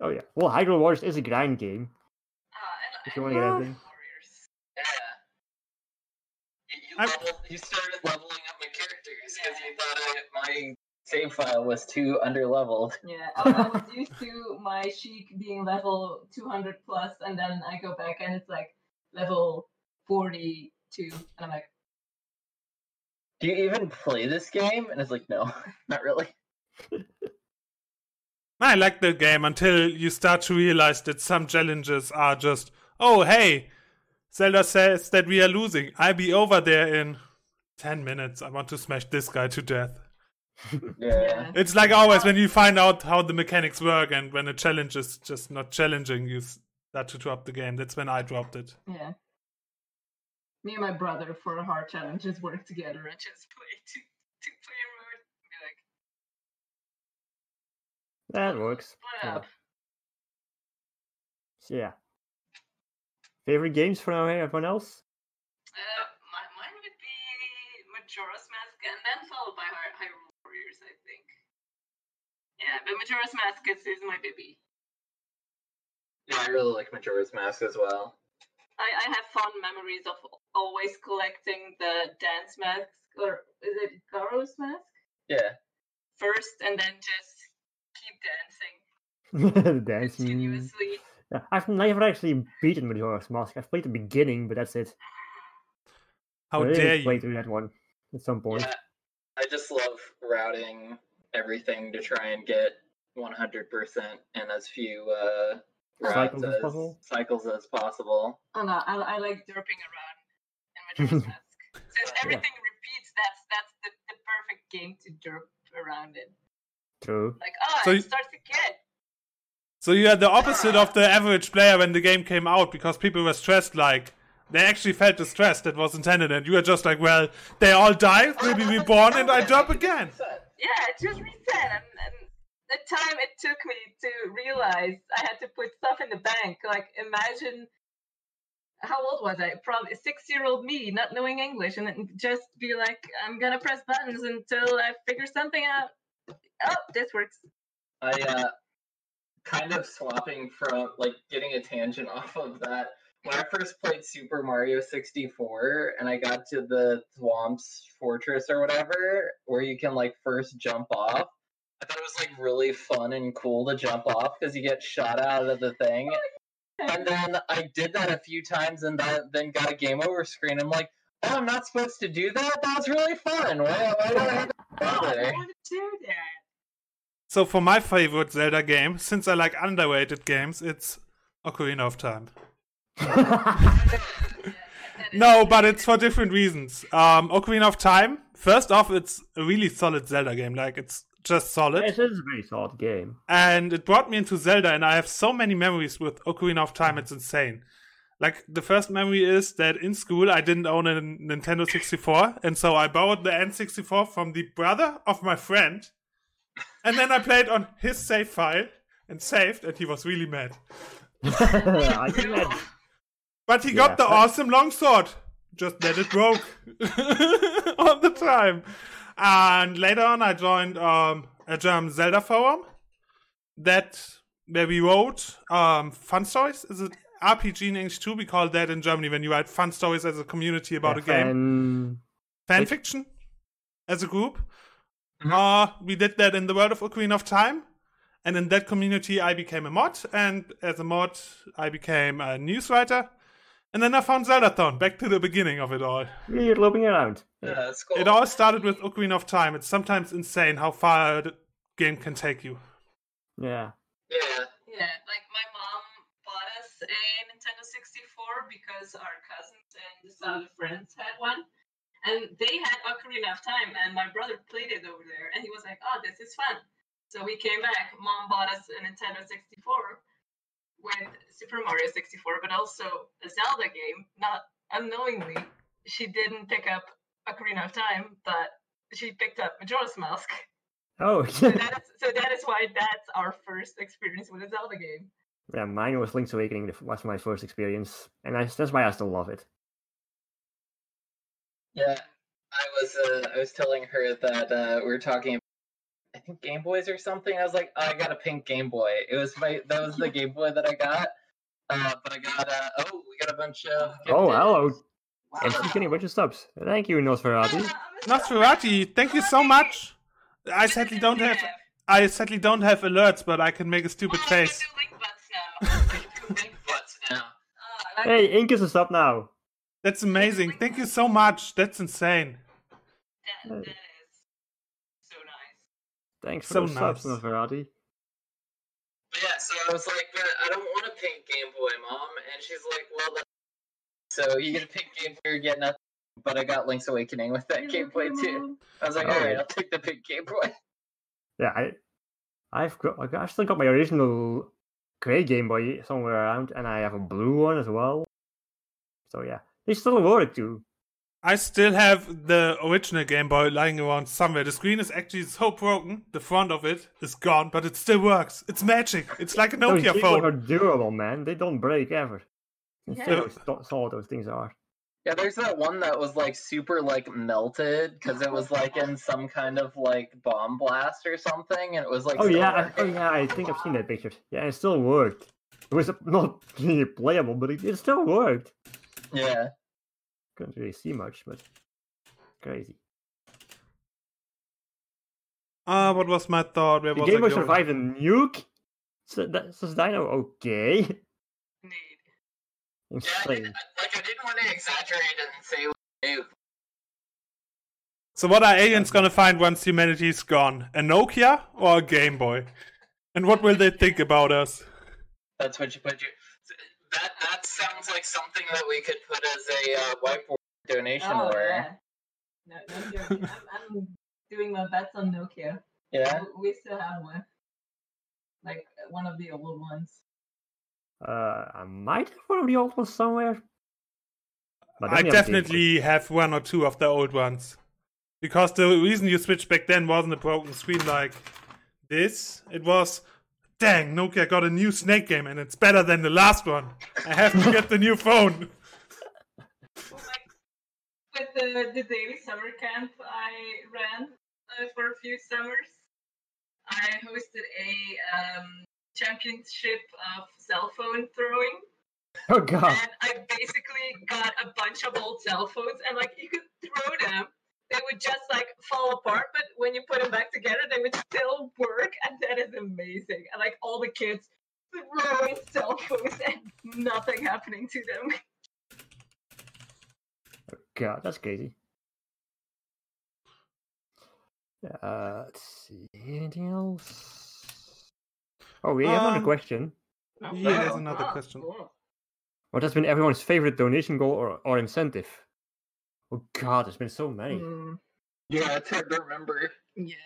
Speaker 2: Oh yeah. Well, Hyrule Warriors is a grind game.
Speaker 4: Ah, I,
Speaker 2: If
Speaker 4: I
Speaker 2: you want to get
Speaker 4: love
Speaker 2: everything.
Speaker 4: Warriors.
Speaker 3: Yeah. You, you,
Speaker 1: I'm-
Speaker 3: leveled, you started leveling up your characters because you thought I, my save file was too underleveled.
Speaker 4: Yeah, I, I was used to my chic being level 200 plus, and then I go back and it's like level 42, and I'm like,
Speaker 3: Do you even play this game? And it's like, no, not really.
Speaker 1: I like the game until you start to realize that some challenges are just, oh, hey, Zelda says that we are losing. I'll be over there in 10 minutes. I want to smash this guy to death.
Speaker 4: yeah.
Speaker 1: It's like always when you find out how the mechanics work and when a challenge is just not challenging, you start to drop the game. That's when I dropped it.
Speaker 4: Yeah. Me and my brother for a hard challenge just work together and just play two two player mode. and Be like,
Speaker 2: That works.
Speaker 4: what
Speaker 2: Yeah.
Speaker 4: up?
Speaker 2: So yeah. Favorite games for now here, everyone else?
Speaker 4: Uh, my, mine would be Majora's Mask, and then followed by Hy- Hyrule Warriors, I think. Yeah, but Majora's Mask is, is my baby.
Speaker 3: Yeah, I really like Majora's Mask as well.
Speaker 4: I, I have fond memories of always collecting the dance mask, or is it Garo's mask
Speaker 3: Yeah.
Speaker 4: first, and then just keep dancing
Speaker 2: the dance. mm.
Speaker 4: continuously.
Speaker 2: Yeah, I've never actually beaten Majora's Mask. I've played the beginning, but that's it.
Speaker 1: How
Speaker 2: I didn't
Speaker 1: dare
Speaker 2: play
Speaker 1: you?
Speaker 2: through that one at some point.
Speaker 3: Yeah. I just love routing everything to try and get 100% and as few uh, routes
Speaker 2: Cycles as possible?
Speaker 3: cycles as possible.
Speaker 4: Oh no, I, I like derping around in Majora's mask. Since
Speaker 3: Yeah.
Speaker 4: everything repeats, that's that's the, the perfect game to derp around in.
Speaker 2: True.
Speaker 4: Like, oh,
Speaker 1: So
Speaker 4: it
Speaker 1: you-
Speaker 4: starts again.
Speaker 1: So you are the opposite of the average player when the game came out because people were stressed like they actually felt the stress that was intended and you are just like, well, they all die, will be reborn and I drop again.
Speaker 4: Yeah, it just reset, and, and the time it took me to realize I had to put stuff in the bank. Like, imagine how old was I? Probably six-year-old me, not knowing English, and then just be like, I'm gonna press buttons until I figure something out. Oh, this works.
Speaker 3: I uh, kind of swapping from like getting a tangent off of that. When I first played Super Mario 64 and I got to the Thwomp's Fortress or whatever, where you can like first jump off, I thought it was like really fun and cool to jump off because you get shot out of the thing. And then I did that a few times and that then got a game over screen. I'm like, oh, I'm not supposed to do that? That was really fun. Why, why do I have to
Speaker 4: Oh,
Speaker 3: do
Speaker 4: I
Speaker 3: that?
Speaker 4: want to do that.
Speaker 1: So for my favorite Zelda game, since I like underrated games, it's Ocarina of Time. No, but it's for different reasons. Um, Ocarina of Time. First off, it's a really solid Zelda game. Like it's just solid,
Speaker 2: this is a very solid game.
Speaker 1: and it brought me into Zelda. And I have so many memories with Ocarina of Time. It's insane. Like the first memory is that in school I didn't own a Nintendo 64, and so I borrowed the N64 from the brother of my friend, and then I played on his save file and saved, and he was really mad.
Speaker 2: I can imagine.
Speaker 1: But he
Speaker 2: Yeah.
Speaker 1: got the awesome longsword. just let it broke all the time. And later on, I joined um, a German Zelda forum that where we wrote um, fun stories. Is it RPG in English too? We call that in Germany when you write fun stories as a community about a game
Speaker 2: And
Speaker 1: fan
Speaker 2: Which-
Speaker 1: fiction as a group.
Speaker 3: Mhm.
Speaker 1: Uh, we did that in the world of Ocarina of Time. And in that community, I became a mod. And as a mod, I became a news writer. And then I found Zeldathon, back to the beginning of it all.
Speaker 2: you're looping around.
Speaker 3: Yeah, that's cool.
Speaker 1: It all started with Ocarina of Time. It's sometimes insane how far the game can take you.
Speaker 2: Yeah.
Speaker 3: yeah.
Speaker 4: Yeah, like my mom bought us a Nintendo 64 because our cousins and some other friends had one. And they had Ocarina of Time, and my brother played it over there, and he was like, oh, this is fun. So we came back. Mom bought us a Nintendo 64 with Super Mario 64, but also a Zelda game. Not unknowingly, she didn't pick up Ocarina of Time, but she picked up Majora's Mask.
Speaker 2: Oh,
Speaker 4: So that is, so that is why that's our first experience with a Zelda game.
Speaker 2: yeah. Mine was Link's Awakening. that was my first experience, and I, that's why I still love it.
Speaker 3: Yeah, I was uh, I was telling her that uh, we were talking. I think Game Boys or something. I was like, oh, I got a pink Game Boy. It was my that was the Game Boy that I got. Uh, but I got uh, oh, we got a bunch of.
Speaker 2: Oh,
Speaker 3: gifted-
Speaker 2: hello.
Speaker 4: Wow.
Speaker 2: And she's getting a bunch of subs. Thank you, Nosferatu.
Speaker 1: Nosferati, thank you so much. I sadly don't have I sadly don't have alerts, but I can make a stupid face.
Speaker 3: What's now?
Speaker 4: Oh,
Speaker 2: Hey, Ink is a sub now.
Speaker 1: That's amazing. Thank you so much. That's insane.
Speaker 4: That is so nice.
Speaker 2: Thanks for
Speaker 1: So
Speaker 2: those subs,
Speaker 1: nice.
Speaker 2: Nosferatu.
Speaker 3: But yeah, so I was like, but I don't want a pink Game Boy, mom. And she's like, well, that... so you get a pink Game Boy, you get nothing. But I got Link's Awakening with that Game Boy too. I was like,
Speaker 2: Oh,
Speaker 3: all right,
Speaker 2: yeah.
Speaker 3: I'll take the pink Game Boy.
Speaker 2: Yeah, I, I've got, I got- I still got my original gray Game Boy somewhere around, and I have a blue one as well. So yeah, they still work too.
Speaker 1: I still have the original Game Boy lying around somewhere. The screen is actually so broken, the front of it is gone, but it still works. It's magic. It's like a
Speaker 2: Those
Speaker 1: Nokia
Speaker 2: Game Boys are
Speaker 1: phone.
Speaker 2: durable, man. They don't break ever.
Speaker 4: Yeah.
Speaker 2: Insane how solid those things are.
Speaker 3: Yeah, there's that one that was like super like melted because it was like in some kind of like bomb blast or something, and it was like.
Speaker 2: Oh
Speaker 3: still
Speaker 2: yeah, I, oh
Speaker 3: working.
Speaker 2: yeah, I think I've seen that picture. Yeah, it still worked. It was not really playable, but it, it still worked.
Speaker 3: yeah.
Speaker 2: Couldn't really see much, but crazy.
Speaker 1: Ah, what was my thought? Where
Speaker 2: The
Speaker 1: was I
Speaker 2: Game Boy
Speaker 1: going?
Speaker 2: survived a nuke. So that, says Dino, okay.
Speaker 4: Need.
Speaker 3: Yeah, I didn't,
Speaker 2: Insane.
Speaker 3: I- like I didn't want to exaggerate and say like, "Ew."
Speaker 1: So what are aliens gonna find once humanity's gone? A Nokia or a Game Boy? And what will they think about us?
Speaker 3: that's what you put you. That that sounds like something that we could put as a uh, whiteboard donation
Speaker 4: Oh,
Speaker 3: order.
Speaker 4: yeah. No, no joking. I'm, I'm doing my bets on Nokia.
Speaker 3: Yeah.
Speaker 4: W- We still have one. Like one of the old ones.
Speaker 2: Uh, I might have one of the old ones somewhere. But
Speaker 1: I
Speaker 2: then we have a Game Boy.
Speaker 1: definitely have one or two of the old ones. Because the reason you switched back then wasn't a broken screen like this. It was, dang, Nokia got a new Snake game and it's better than the last one. I have to get the new phone.
Speaker 4: with the, the daily summer camp I ran uh, for a few summers, I hosted a um, championship of cell phone throwing,
Speaker 2: Oh god.
Speaker 4: and I basically got a bunch of old cell phones, and like you could throw them, they would just like fall apart, but when you put them back together, they would still work, and that is amazing. And like all the kids throwing cell phones and nothing happening to them.
Speaker 2: God, that's crazy. Uh, let's see. Anything else? Oh, we have another
Speaker 1: Um,
Speaker 2: question.
Speaker 1: Yeah, there's another question.
Speaker 4: cool.
Speaker 2: What has been everyone's favorite donation goal or, or incentive? Oh god, there's been so many.
Speaker 3: Mm,
Speaker 4: Hmm.
Speaker 3: Yeah, it's hard to remember.
Speaker 4: Yeah.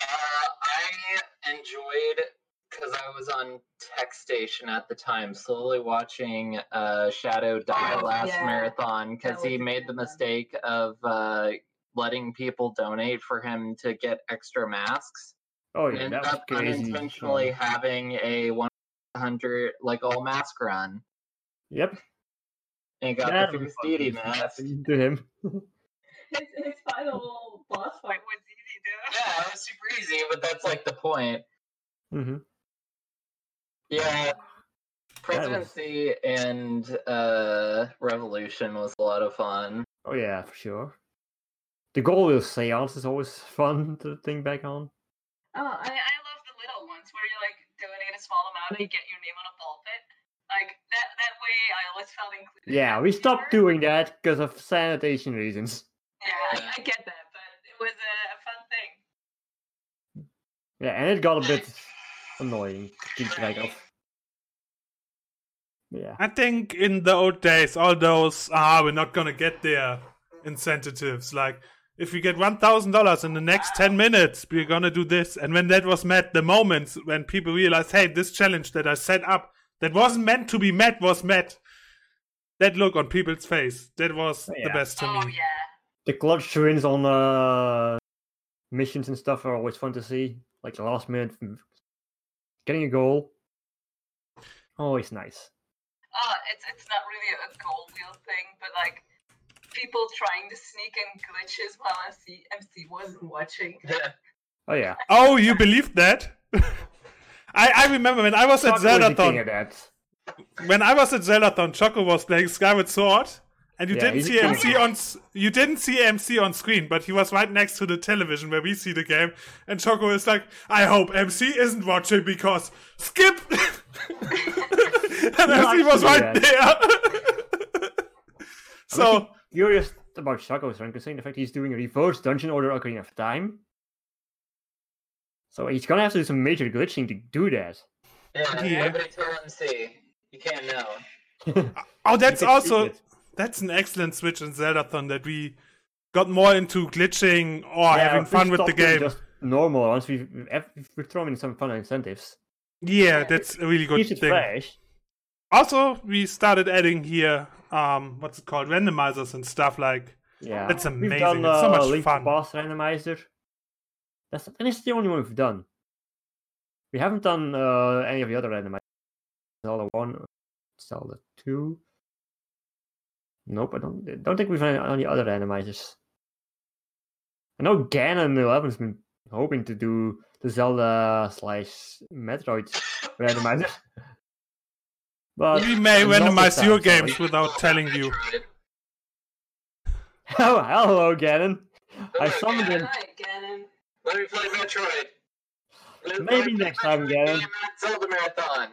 Speaker 3: Uh, I enjoyed because I was on Tech Station at the time, slowly watching uh, Shadow die
Speaker 4: Oh,
Speaker 3: last
Speaker 4: yeah.
Speaker 3: marathon because
Speaker 4: That
Speaker 3: he
Speaker 4: was a
Speaker 3: made the
Speaker 4: good one.
Speaker 3: mistake of uh, letting people donate for him to get extra masks.
Speaker 2: Oh
Speaker 3: and
Speaker 2: yeah,
Speaker 3: ended
Speaker 2: that was
Speaker 3: up
Speaker 2: crazy.
Speaker 3: unintentionally
Speaker 2: Um,
Speaker 3: having a 100 like all mask run.
Speaker 2: Yep.
Speaker 3: and got
Speaker 2: That
Speaker 3: the
Speaker 2: was
Speaker 3: Fierce
Speaker 2: fucking
Speaker 3: Deity mask. Yeah,
Speaker 2: To him.
Speaker 4: His, his final boss fight was easy though.
Speaker 3: it was super easy, but that's like the point.
Speaker 2: hmm
Speaker 3: Yeah. Presidency and uh, Revolution was a lot of fun.
Speaker 2: Oh yeah, for sure. The goal of seance is always fun to think back on.
Speaker 4: Oh, I, I love the little ones where you like donate a small amount and you get your name on a ball pit. Like that that way I always felt included.
Speaker 2: Yeah, we stopped
Speaker 4: Sure.
Speaker 2: doing that because of sanitation reasons.
Speaker 4: Yeah, I, I get that, but it was a, a fun thing.
Speaker 2: Yeah, and it got a bit annoying to keep track of. Yeah.
Speaker 1: I think in the old days, all those ah, we're not gonna get there incentives. Like if you get one thousand dollars in the next ten minutes, we're gonna do this. And when that was met, the moments when people realized, hey, this challenge that I set up that wasn't meant to be met was met. That look on people's face, that was
Speaker 2: Oh,
Speaker 1: the
Speaker 2: yeah.
Speaker 1: best to
Speaker 4: oh
Speaker 1: me.
Speaker 4: yeah.
Speaker 2: The clutch wins on uh, missions and stuff are always fun to see. Like the last minute, mm, getting a goal. Always nice.
Speaker 4: uh, it's it's not really a goal wheel thing, but like people trying to sneak in glitches while MC MC wasn't watching.
Speaker 2: Oh yeah.
Speaker 1: Oh, you believed that? I, I remember when I was at
Speaker 2: Fuck with the king
Speaker 1: Zeldathon.
Speaker 2: of that.
Speaker 1: when I was at Zeldathon, Choco was playing Skyward Sword, and you
Speaker 2: Yeah,
Speaker 1: didn't
Speaker 2: he's a
Speaker 1: see
Speaker 2: king.
Speaker 1: MC on s- you didn't see MC on screen, but he was right next to the television where we see the game, and Choco is like, "I hope MC isn't watching because skip." and MC was
Speaker 2: do
Speaker 1: right
Speaker 2: that.
Speaker 1: there. so
Speaker 2: Curious about Shaco's run, considering the fact he's doing a reverse dungeon order Ocarina of Time. So he's gonna have to do some major glitching to do that.
Speaker 3: Yeah,
Speaker 1: Yeah.
Speaker 3: nobody tell MC. You can't know.
Speaker 1: Oh, that's
Speaker 2: can
Speaker 1: also
Speaker 2: tweak it.
Speaker 1: that's an excellent switch in Zeldathon that we got more into glitching or
Speaker 2: Yeah,
Speaker 1: having
Speaker 2: we
Speaker 1: fun with the
Speaker 2: stopped doing
Speaker 1: game.
Speaker 2: Just normal ones. We've, we've, we've thrown in some fun incentives.
Speaker 1: Yeah, that's a really good
Speaker 2: Keeps it
Speaker 1: thing.
Speaker 2: fresh.
Speaker 1: Also, we started adding here um what's it called randomizers and stuff like
Speaker 2: Yeah,
Speaker 1: That's
Speaker 2: We've
Speaker 1: amazing.
Speaker 2: done,
Speaker 1: It's so
Speaker 2: uh,
Speaker 1: much
Speaker 2: Link to
Speaker 1: fun.
Speaker 2: Boss randomizer. That's and it's the only one we've done. We haven't done uh, any of the other randomizers. Zelda one, Zelda two. Nope, I don't. I don't think we've done any other randomizers. I know Ganon Eleven's been hoping to do the Zelda slash Metroid randomizer, but
Speaker 1: we may
Speaker 2: not this
Speaker 1: randomize
Speaker 2: Uh, time,
Speaker 1: your
Speaker 2: sorry.
Speaker 1: games without telling you.
Speaker 3: Metroid.
Speaker 2: Oh, hello, Ganon. I
Speaker 3: Hello,
Speaker 2: summoned him.
Speaker 4: Alright, Ganon.
Speaker 3: Let me play Metroid. Let me
Speaker 2: Maybe
Speaker 3: play
Speaker 2: next time,
Speaker 3: Metroid
Speaker 2: Gavin.
Speaker 3: Game at Zelda Marathon.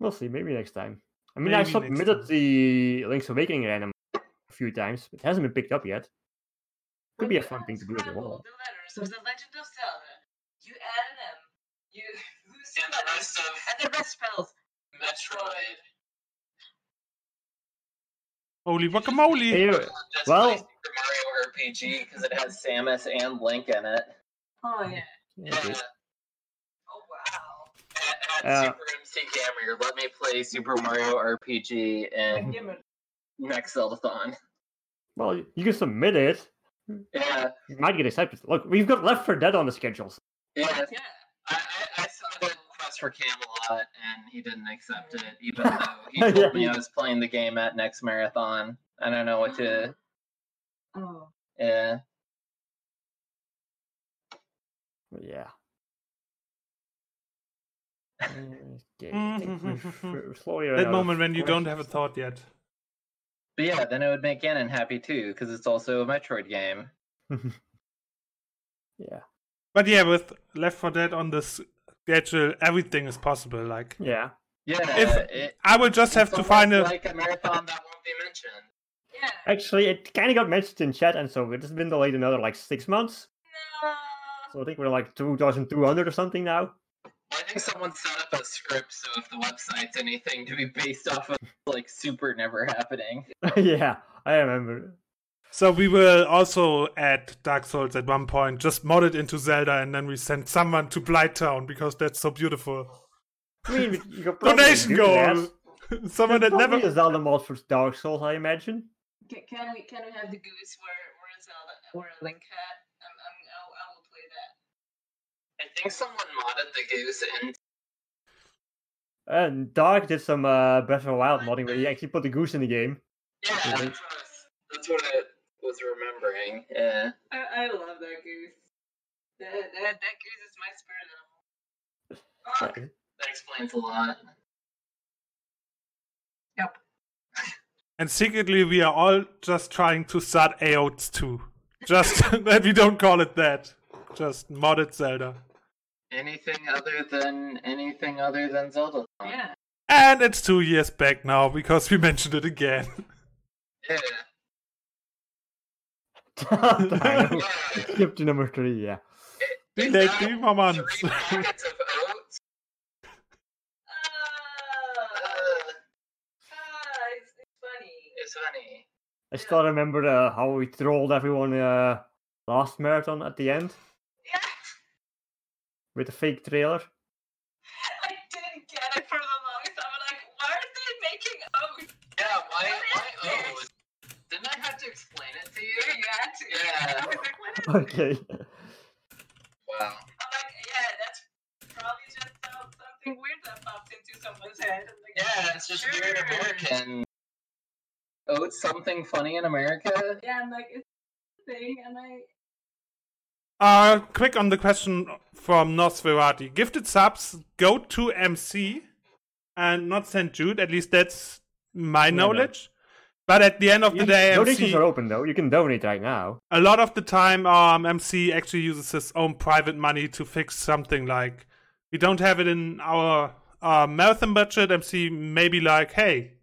Speaker 2: We'll see. Maybe next time. I mean,
Speaker 1: Maybe
Speaker 2: I
Speaker 1: next
Speaker 2: submitted
Speaker 1: time.
Speaker 2: the Link's Awakening random a few times. It hasn't been picked up yet. Could be a
Speaker 4: When you
Speaker 2: fun thing to do as
Speaker 4: unscramble
Speaker 2: well.
Speaker 4: The letters of the Legend of Zelda. You add them. You lose
Speaker 3: And the
Speaker 4: letters
Speaker 3: rest of
Speaker 4: and the best spells.
Speaker 3: Metroid.
Speaker 1: Holy guacamole!
Speaker 2: Hey,
Speaker 3: Just
Speaker 2: Well-
Speaker 3: play Super Mario RPG because it has Samus and Link in it.
Speaker 4: Oh yeah.
Speaker 2: yeah,
Speaker 3: Yeah.
Speaker 2: okay.
Speaker 4: Oh
Speaker 3: At,
Speaker 4: wow.
Speaker 3: at
Speaker 2: Uh,
Speaker 3: Super MC Gamer, let me play Super Mario RPG and
Speaker 4: Give it-
Speaker 3: next Zeldathon.
Speaker 2: Well, y- you can submit it.
Speaker 3: Yeah,
Speaker 2: You might get accepted. Look, we've got Left for Dead on the schedules.
Speaker 3: yeah.
Speaker 4: Yeah.
Speaker 3: I, I, I submitted Quest for Camelot and he didn't accept it, even though he told me I was playing the game at next marathon. I don't know what
Speaker 1: Mm-hmm.
Speaker 3: to.
Speaker 4: Oh.
Speaker 3: Yeah.
Speaker 2: But yeah. Okay, I think we've- we're slowly running out
Speaker 1: That
Speaker 2: of
Speaker 1: moment when you don't have a
Speaker 2: questions.
Speaker 1: thought yet.
Speaker 3: But yeah, then it would make Ganon happy too, because it's also a Metroid game.
Speaker 2: Yeah.
Speaker 1: But yeah, with Left 4 Dead on this schedule, everything is possible. Like
Speaker 2: Yeah.
Speaker 3: Yeah.
Speaker 1: If-
Speaker 3: it,
Speaker 1: I will just have
Speaker 3: it's
Speaker 1: to find
Speaker 3: almost
Speaker 1: a
Speaker 3: like a marathon that won't be mentioned.
Speaker 4: Yeah.
Speaker 2: Actually, it kind of got mentioned in chat, and so it's been delayed another like six months.
Speaker 4: No.
Speaker 2: So I think we're like 2,200 or something now.
Speaker 3: I think someone set up a script so if the website's anything to be based off of like super never happening.
Speaker 2: yeah, I remember.
Speaker 1: So we will also add Dark Souls at one point, just mod it into Zelda, and then we send someone to Blight Town because that's so beautiful.
Speaker 2: I mean, but you could probably
Speaker 1: Donation
Speaker 2: do that.
Speaker 1: goal! someone
Speaker 2: There's
Speaker 1: that
Speaker 2: probably a
Speaker 1: never.
Speaker 2: Zelda mod for Dark Souls, I imagine.
Speaker 4: Can, can we can we have the goose where where a Zelda where a Link hat? I'm, I'm I, I will play that.
Speaker 3: I think someone modded the goose and
Speaker 2: And Dark did some uh, Breath of the Wild modding where he actually put the goose in the game.
Speaker 3: Yeah, that's
Speaker 1: Mm-hmm.
Speaker 3: what I was, that's what I was remembering. Yeah.
Speaker 4: I, I love that goose. That, that, that goose is my spirit animal. Fuck.
Speaker 3: That explains a lot.
Speaker 1: And secretly, we are all just trying to start AOTs too. Just that we don't call it that. Just modded Zelda.
Speaker 3: Anything other than anything other than Zelda.
Speaker 4: Yeah.
Speaker 1: And it's two years back now because we mentioned it again.
Speaker 3: Yeah.
Speaker 2: Damn.
Speaker 3: yeah.
Speaker 2: Skip to number three, yeah.
Speaker 1: We
Speaker 3: Is
Speaker 1: like
Speaker 3: that
Speaker 1: three more months.
Speaker 3: Three packets of oats. Uh,
Speaker 4: Ah, ah, it's, it's funny.
Speaker 3: it's funny.
Speaker 2: I still remember uh, how we trolled everyone uh, last marathon at the end
Speaker 4: Yeah,
Speaker 2: with the fake trailer.
Speaker 4: I didn't get it for the longest time. I'm like, why are they making oats?
Speaker 3: Yeah,
Speaker 4: Oh,
Speaker 3: why, why
Speaker 4: What is
Speaker 3: oats? Didn't I have to explain it to you?
Speaker 4: Yeah, you had to.
Speaker 3: Yeah.
Speaker 4: I was like, what is this?
Speaker 2: Okay.
Speaker 3: Wow.
Speaker 4: I'm like, yeah, that's probably just some, something weird that popped into someone's head. I'm like,
Speaker 3: Yeah, it's just weird
Speaker 4: sure.
Speaker 3: American. Oats something funny in America?
Speaker 4: Yeah, I'm like, it's a thing, and I.
Speaker 1: Uh, quick on the question from Nosferati. Gifted subs go to MC and not St. Jude. At least that's my
Speaker 2: no.
Speaker 1: knowledge. But at the end of the
Speaker 2: You-
Speaker 1: day,
Speaker 2: Donations
Speaker 1: MC,
Speaker 2: are open though. You can donate right now.
Speaker 1: a lot of the time, um, MC actually uses his own private money to fix something like we don't have it in our uh, marathon budget. MC maybe like, hey,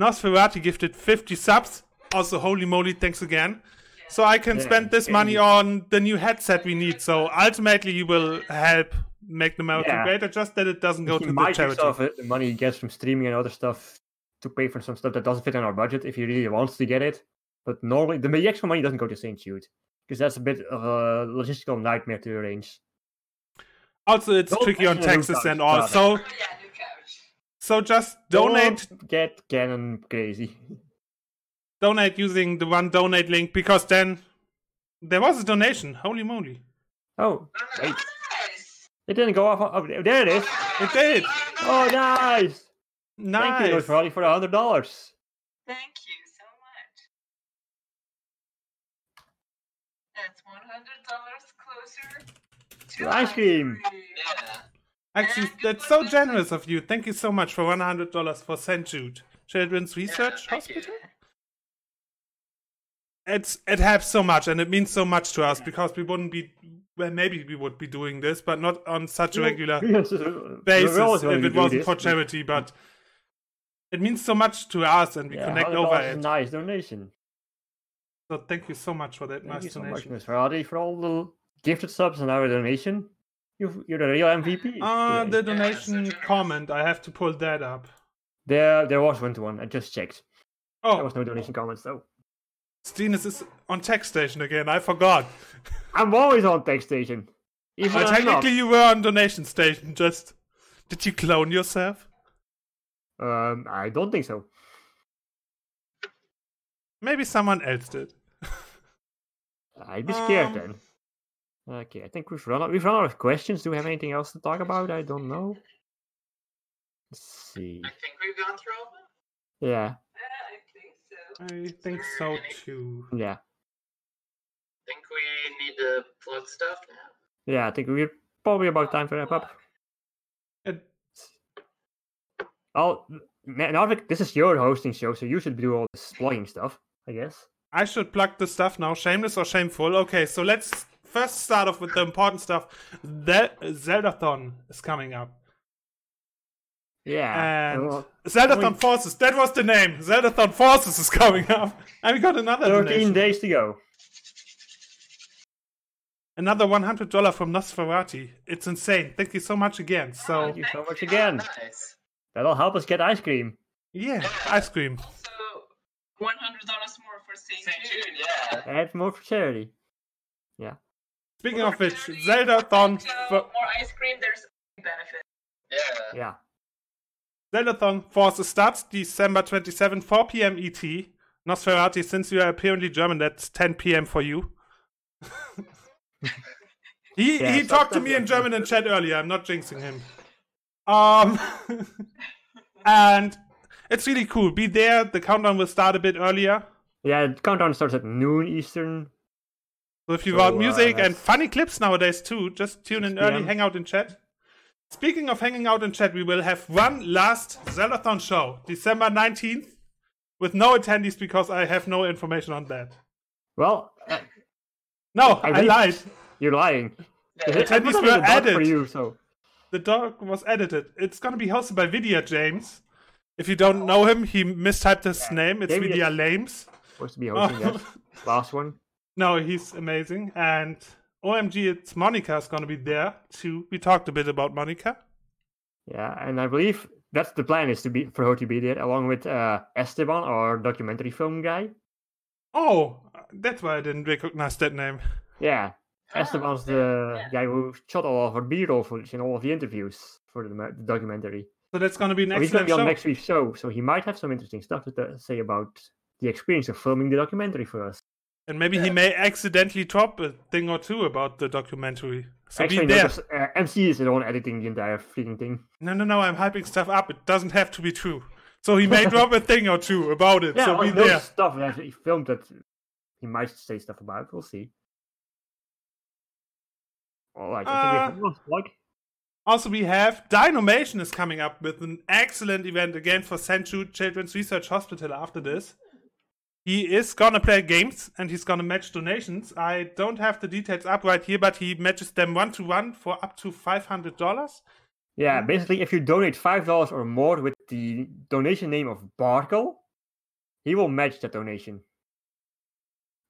Speaker 1: Nosferati gifted 50 subs. Also, holy moly, thanks again. So I can
Speaker 2: Yeah,
Speaker 1: spend this
Speaker 2: can
Speaker 1: money
Speaker 2: you-
Speaker 1: on the new headset we need. So ultimately, you will help make the marathon
Speaker 2: Yeah.
Speaker 1: greater. Just that it doesn't go
Speaker 2: he
Speaker 1: to the
Speaker 2: might use
Speaker 1: charity.
Speaker 2: some of it- the money he gets from streaming and other stuff to pay for some stuff that doesn't fit in our budget if he really wants to get it. But normally, the the actual money doesn't go to St. Jude because that's a bit of a logistical nightmare to arrange.
Speaker 1: Also, it's
Speaker 2: Don't
Speaker 1: tricky on
Speaker 2: mention the new
Speaker 1: taxes
Speaker 2: couch,
Speaker 1: and all. So,
Speaker 4: Oh, yeah, new couch.
Speaker 1: so just donate,
Speaker 2: Don't get canon crazy.
Speaker 1: donate using the one donate link because then there was a donation. Holy moly!
Speaker 2: Oh, wait.
Speaker 4: Nice!
Speaker 2: It didn't go off. Oh, there it is.
Speaker 1: It did.
Speaker 2: Oh, nice. Thank you,
Speaker 1: Nice.
Speaker 2: Ferrari, for a hundred dollars.
Speaker 4: Thank you so much. That's $100 closer to
Speaker 2: To ice cream.
Speaker 3: Yeah.
Speaker 1: Actually,
Speaker 4: And
Speaker 1: that's
Speaker 4: good
Speaker 1: so
Speaker 4: luck.
Speaker 1: generous of you. Thank you so much for one hundred dollars for St. Jude Children's Research
Speaker 3: thank you.
Speaker 1: Hospital. it's it helps so much and it means so much to us because we wouldn't be well maybe we would be doing this but not on such a regular basis if it wasn't for charity but it means so much to us and we connect over it
Speaker 2: Nice donation.
Speaker 1: so thank you so much for that
Speaker 2: Thank
Speaker 1: nice
Speaker 2: you so much,
Speaker 1: donation
Speaker 2: Miss Ferrari, for all the gifted subs and our donation. You've, you're the real MVP.
Speaker 1: uh, the
Speaker 2: today.
Speaker 1: donation
Speaker 3: generous.
Speaker 1: comment i have to pull that up
Speaker 2: There, there was one to one. I just checked. There
Speaker 1: oh
Speaker 2: was no donation comments though.
Speaker 1: Stinus is on tech station again i forgot
Speaker 2: I'm always on TechStation.
Speaker 1: well,
Speaker 2: Even when I'm not.
Speaker 1: Uh, technically you were on donation station just did you clone yourself
Speaker 2: Um, I don't think so.
Speaker 1: maybe someone else did
Speaker 2: I'd be scared
Speaker 1: Um,
Speaker 2: then. Okay, I think we've run out. We've run out of questions. Do we have anything else to talk about? I don't know. Let's see.
Speaker 3: I think we've gone through all of them.
Speaker 2: Yeah,
Speaker 4: I think so.
Speaker 1: i think so too
Speaker 2: yeah,
Speaker 3: I think we need to plug stuff now.
Speaker 2: yeah. I think we're probably about time to wrap up.
Speaker 1: It-
Speaker 2: Oh, man, Narvik, this is your hosting show, so you should do all this blogging stuff, I guess.
Speaker 1: I should plug the stuff now. Shameless or shameful? Okay, so let's first start off with the important stuff. The Zeldathon is coming up.
Speaker 2: Yeah.
Speaker 1: And
Speaker 2: well,
Speaker 1: Zeldathon
Speaker 2: we-
Speaker 1: Forces, that was the name. Zeldathon Forces is coming up. And we got another
Speaker 2: 13
Speaker 1: donation.
Speaker 2: days to go.
Speaker 1: Another $100 from Nosferati. It's insane. Thank you so much again. So,
Speaker 2: Thank you so much
Speaker 3: Oh,
Speaker 2: again.
Speaker 3: nice.
Speaker 2: That'll help us get ice cream.
Speaker 1: yeah, ice cream.
Speaker 4: Also, $100 more for St.
Speaker 3: St.
Speaker 4: Jude.
Speaker 3: Jude, yeah.
Speaker 2: And more for charity.
Speaker 1: Speaking of which,
Speaker 4: Charity,
Speaker 1: Zeldathon,
Speaker 4: so
Speaker 1: fo-
Speaker 4: more ice cream, there's benefit.
Speaker 3: Yeah.
Speaker 2: Yeah.
Speaker 1: Zeldathon Forces starts December 27, 4 p.m. ET. Nosferati, E since you are apparently German, that's 10 p.m. for you. he
Speaker 2: Yeah,
Speaker 1: he
Speaker 2: so-
Speaker 1: talked to me in German in chat earlier. I'm not jinxing him. Um, and it's really cool. Be there. The countdown will start a bit earlier.
Speaker 2: Yeah, the countdown starts at noon Eastern.
Speaker 1: So if you
Speaker 2: So,
Speaker 1: want
Speaker 2: uh,
Speaker 1: music and
Speaker 2: that's-
Speaker 1: funny clips nowadays too, just tune in
Speaker 2: 6
Speaker 1: early,
Speaker 2: PM.
Speaker 1: hang out in chat. Speaking of hanging out in chat, we will have one last Zellathon show, December 19th, with no attendees because I have no information on that.
Speaker 2: Well, uh,
Speaker 1: No, I,
Speaker 2: I really-
Speaker 1: lied.
Speaker 2: you're lying.
Speaker 3: Yeah.
Speaker 2: I put
Speaker 1: Attendees
Speaker 2: that in the
Speaker 1: were
Speaker 2: doc for
Speaker 1: added.
Speaker 2: you, so
Speaker 1: The dog was edited. It's gonna be hosted by Vidya James. If you don't know him, he mistyped his name. It's
Speaker 2: Maybe
Speaker 1: Vidya
Speaker 2: it's-
Speaker 1: Lames.
Speaker 2: supposed to be hosting that
Speaker 1: Oh.
Speaker 2: last one.
Speaker 1: No, he's amazing. And OMG, it's Monica's gonna be there too. We talked a bit about Monica.
Speaker 2: Yeah, and I believe that's the plan is to be for her to be there along with uh, Esteban, our documentary film guy.
Speaker 1: Oh, that's why I didn't recognize that name.
Speaker 2: Yeah, Esteban's the
Speaker 4: yeah.
Speaker 2: guy who shot all of our B-roll footage and all of the interviews for the, the documentary.
Speaker 1: So that's going to be an
Speaker 2: So he's going
Speaker 1: excellent
Speaker 2: to be
Speaker 1: show.
Speaker 2: on next week's show, so he might have some interesting stuff to t- say about the experience of filming the documentary for us.
Speaker 1: and maybe he may accidentally drop a thing or two about the documentary. So be
Speaker 2: Actually, no,
Speaker 1: there.
Speaker 2: 'cause, uh, MC is the one editing the entire freaking thing.
Speaker 1: No, no, no, I'm hyping stuff up. It doesn't have to be true. So he may drop a thing or two about it.
Speaker 2: Yeah, oh,
Speaker 1: so
Speaker 2: all
Speaker 1: be
Speaker 2: those
Speaker 1: there.
Speaker 2: stuff that he filmed that he might say stuff about. We'll see. All right,
Speaker 1: Uh,
Speaker 2: I think we have one, like,
Speaker 1: Also, we have Dinomation is coming up with an excellent event again for Senchu Children's Research Hospital after this. He is gonna play games and he's gonna match donations. I don't have the details up right here, but he matches them one to one for up to five hundred dollars.
Speaker 2: Yeah, basically, if you donate five dollars or more with the donation name of Barkle, he will match that donation.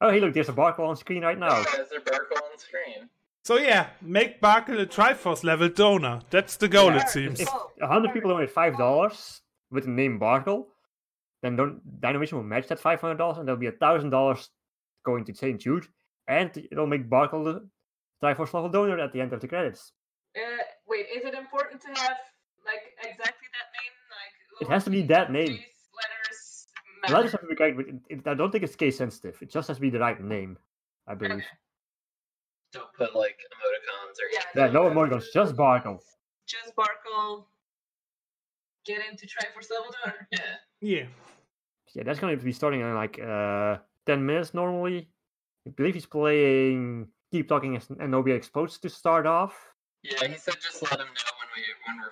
Speaker 2: Oh, hey, look, there's a Barkle on screen right now.
Speaker 3: Is there Barkle on screen?
Speaker 1: So yeah, make Barkle a Triforce level donor. That's the goal, it seems.
Speaker 2: If a hundred people donate five dollars with the name Barkle, then don't Dynamation will match that five hundred dollars, and there'll be a thousand dollars going to St. Jude, and it'll make Barkle the Triforce level donor at the end of the credits.
Speaker 4: Uh, wait, is it important to have like exactly that name? Like
Speaker 2: It has to be that name.
Speaker 4: lowercase Letters.
Speaker 2: The
Speaker 4: matter?
Speaker 2: letters have to be correct, but it- it- I don't think it's case sensitive. It just has to be the right name, I believe.
Speaker 3: Don't put like emoticons or
Speaker 4: Yeah,
Speaker 2: Yeah, no emoticons, just Barkle.
Speaker 4: Just Barkle. Get into Triforce level donor.
Speaker 3: Yeah.
Speaker 1: Yeah.
Speaker 2: Yeah, that's going to be starting in like uh, 10 minutes normally. I believe he's playing Keep Talking as Nobia Explodes to start off.
Speaker 3: Yeah, he said just let him know when we when we're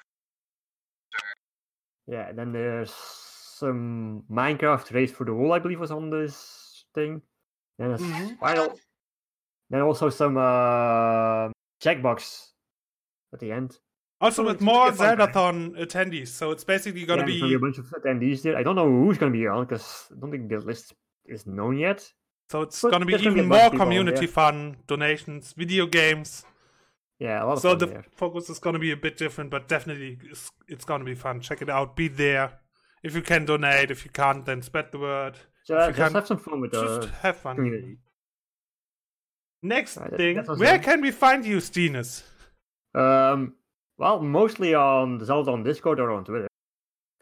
Speaker 2: Yeah, and then there's some Minecraft Race for the Wall, I believe, was on this thing. Then, a s-
Speaker 1: Mhm.
Speaker 2: final, then also some uh, checkbox at the end.
Speaker 1: Also
Speaker 2: Oh,
Speaker 1: with
Speaker 2: it's gonna be
Speaker 1: more
Speaker 2: a fun time.
Speaker 1: Zeldathon attendees, so it's basically
Speaker 2: Yeah,
Speaker 1: gonna
Speaker 2: there's
Speaker 1: be
Speaker 2: a bunch of attendees there. I don't know who's going to be on because I don't think the list is known yet.
Speaker 1: so it's
Speaker 2: But
Speaker 1: gonna be
Speaker 2: there's gonna be
Speaker 1: even
Speaker 2: a bunch
Speaker 1: more
Speaker 2: of people on
Speaker 1: community
Speaker 2: there.
Speaker 1: fun, donations, video games.
Speaker 2: Yeah, a lot of
Speaker 1: So
Speaker 2: fun
Speaker 1: the
Speaker 2: there.
Speaker 1: focus is gonna be a bit different, but definitely it's, it's gonna be fun. Check it out. Be there. If you can donate, if you can't, then spread the word.
Speaker 2: So,
Speaker 1: if
Speaker 2: uh,
Speaker 1: you
Speaker 2: just
Speaker 1: can't-
Speaker 2: have some fun with the
Speaker 1: Just have fun.
Speaker 2: community.
Speaker 1: Next
Speaker 2: Right, that-
Speaker 1: thing,
Speaker 2: that was
Speaker 1: where
Speaker 2: nice.
Speaker 1: can we find you, Stinus?
Speaker 2: Um, well, mostly on the Zelda on Discord or on Twitter.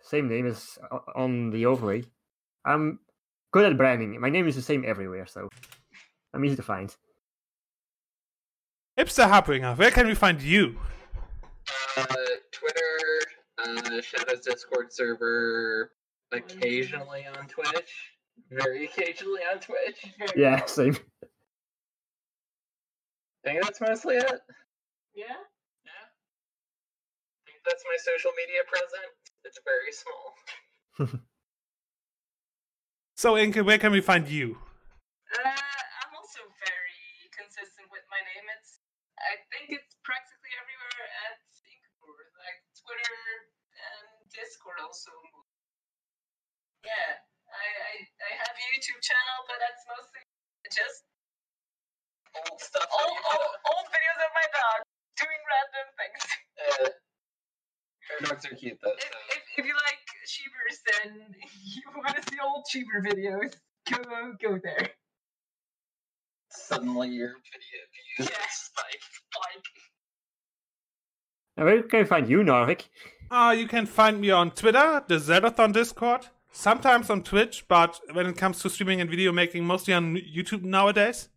Speaker 2: Same name is on the overlay. I'm good at branding. My name is the same everywhere, so I'm easy to find.
Speaker 1: Hipster Harbringer, where can we find you?
Speaker 3: uh, Twitter, uh, Shadow's Discord server, occasionally on Twitch, very occasionally on Twitch.
Speaker 2: Yeah, same.
Speaker 3: I think that's mostly it. Yeah, I
Speaker 4: Yeah.
Speaker 3: think that's my social media present. It's very small.
Speaker 1: So Inke, where can we find you?
Speaker 4: Uh, I'm also very consistent with my name. It's I think it's practically everywhere at Singapore, like Twitter and Discord also. Yeah, I, I I have a YouTube channel, but that's mostly just
Speaker 3: Old stuff. that
Speaker 4: old
Speaker 3: you
Speaker 4: old, old videos of my dog doing random things.
Speaker 3: put- uh, Her dogs are cute though.
Speaker 4: If
Speaker 3: so-
Speaker 4: if, if you like Cheevers and you want to see old Cheever videos, go go there.
Speaker 3: Suddenly your video views
Speaker 4: Yeah.
Speaker 3: spike.
Speaker 4: Like.
Speaker 2: And where can I find you, Narvik?
Speaker 1: Uh, you can find me on Twitter, the Zeldathon Discord, sometimes on Twitch, but when it comes to streaming and video making, mostly on YouTube nowadays.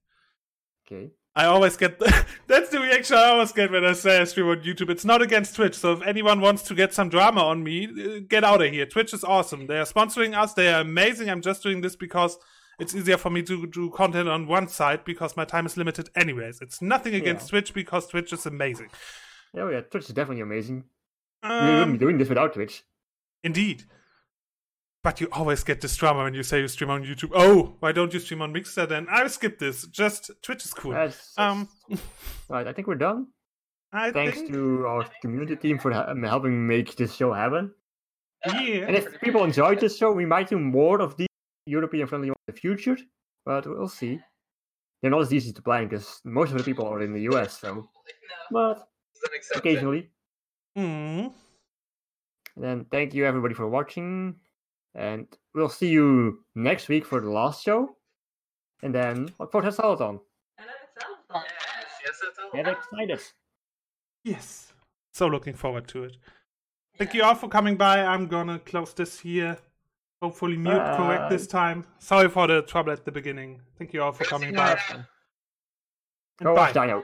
Speaker 2: Okay.
Speaker 1: I always get that's the reaction I always get when I say I stream on YouTube. It's not against Twitch, so if anyone wants to get some drama on me, uh, get out of here. Twitch is awesome. They are sponsoring us. They are amazing. I'm just doing this because it's easier for me to do content on one side because my time is limited. Anyways, it's nothing against Twitch because Twitch is amazing.
Speaker 2: Yeah, yeah, Twitch is definitely amazing. we wouldn't be
Speaker 1: Um,
Speaker 2: doing this without Twitch.
Speaker 1: indeed. But you always get this drama when you say you stream on YouTube. Oh, why don't you stream on Mixer then? I will skip this. Just Twitch is cool.
Speaker 2: Yes,
Speaker 1: Um,
Speaker 2: yes. Right, I think we're done.
Speaker 1: I
Speaker 2: Thanks
Speaker 1: think,
Speaker 2: to our community team for ha- helping make this show happen.
Speaker 1: yeah.
Speaker 2: And if people enjoyed this show, we might do more of these European friendly ones in the future, but we'll see. They're not as easy to plan because most of the people are in the US, so.
Speaker 4: No.
Speaker 2: But
Speaker 3: Doesn't accept it.
Speaker 2: occasionally.
Speaker 1: Hmm.
Speaker 2: Then thank you everybody for watching, and we'll see you next week for the last show, and then for the Saladon.
Speaker 4: And that's all.
Speaker 3: Yes, yes, that's all.
Speaker 2: Get excited!
Speaker 1: Yes. So looking forward to it. Thank you all for coming by. I'm gonna close this here. Hopefully mute correct this time. Sorry for the trouble at the beginning. Thank you all for coming by. Bye.
Speaker 2: Go watch Dino.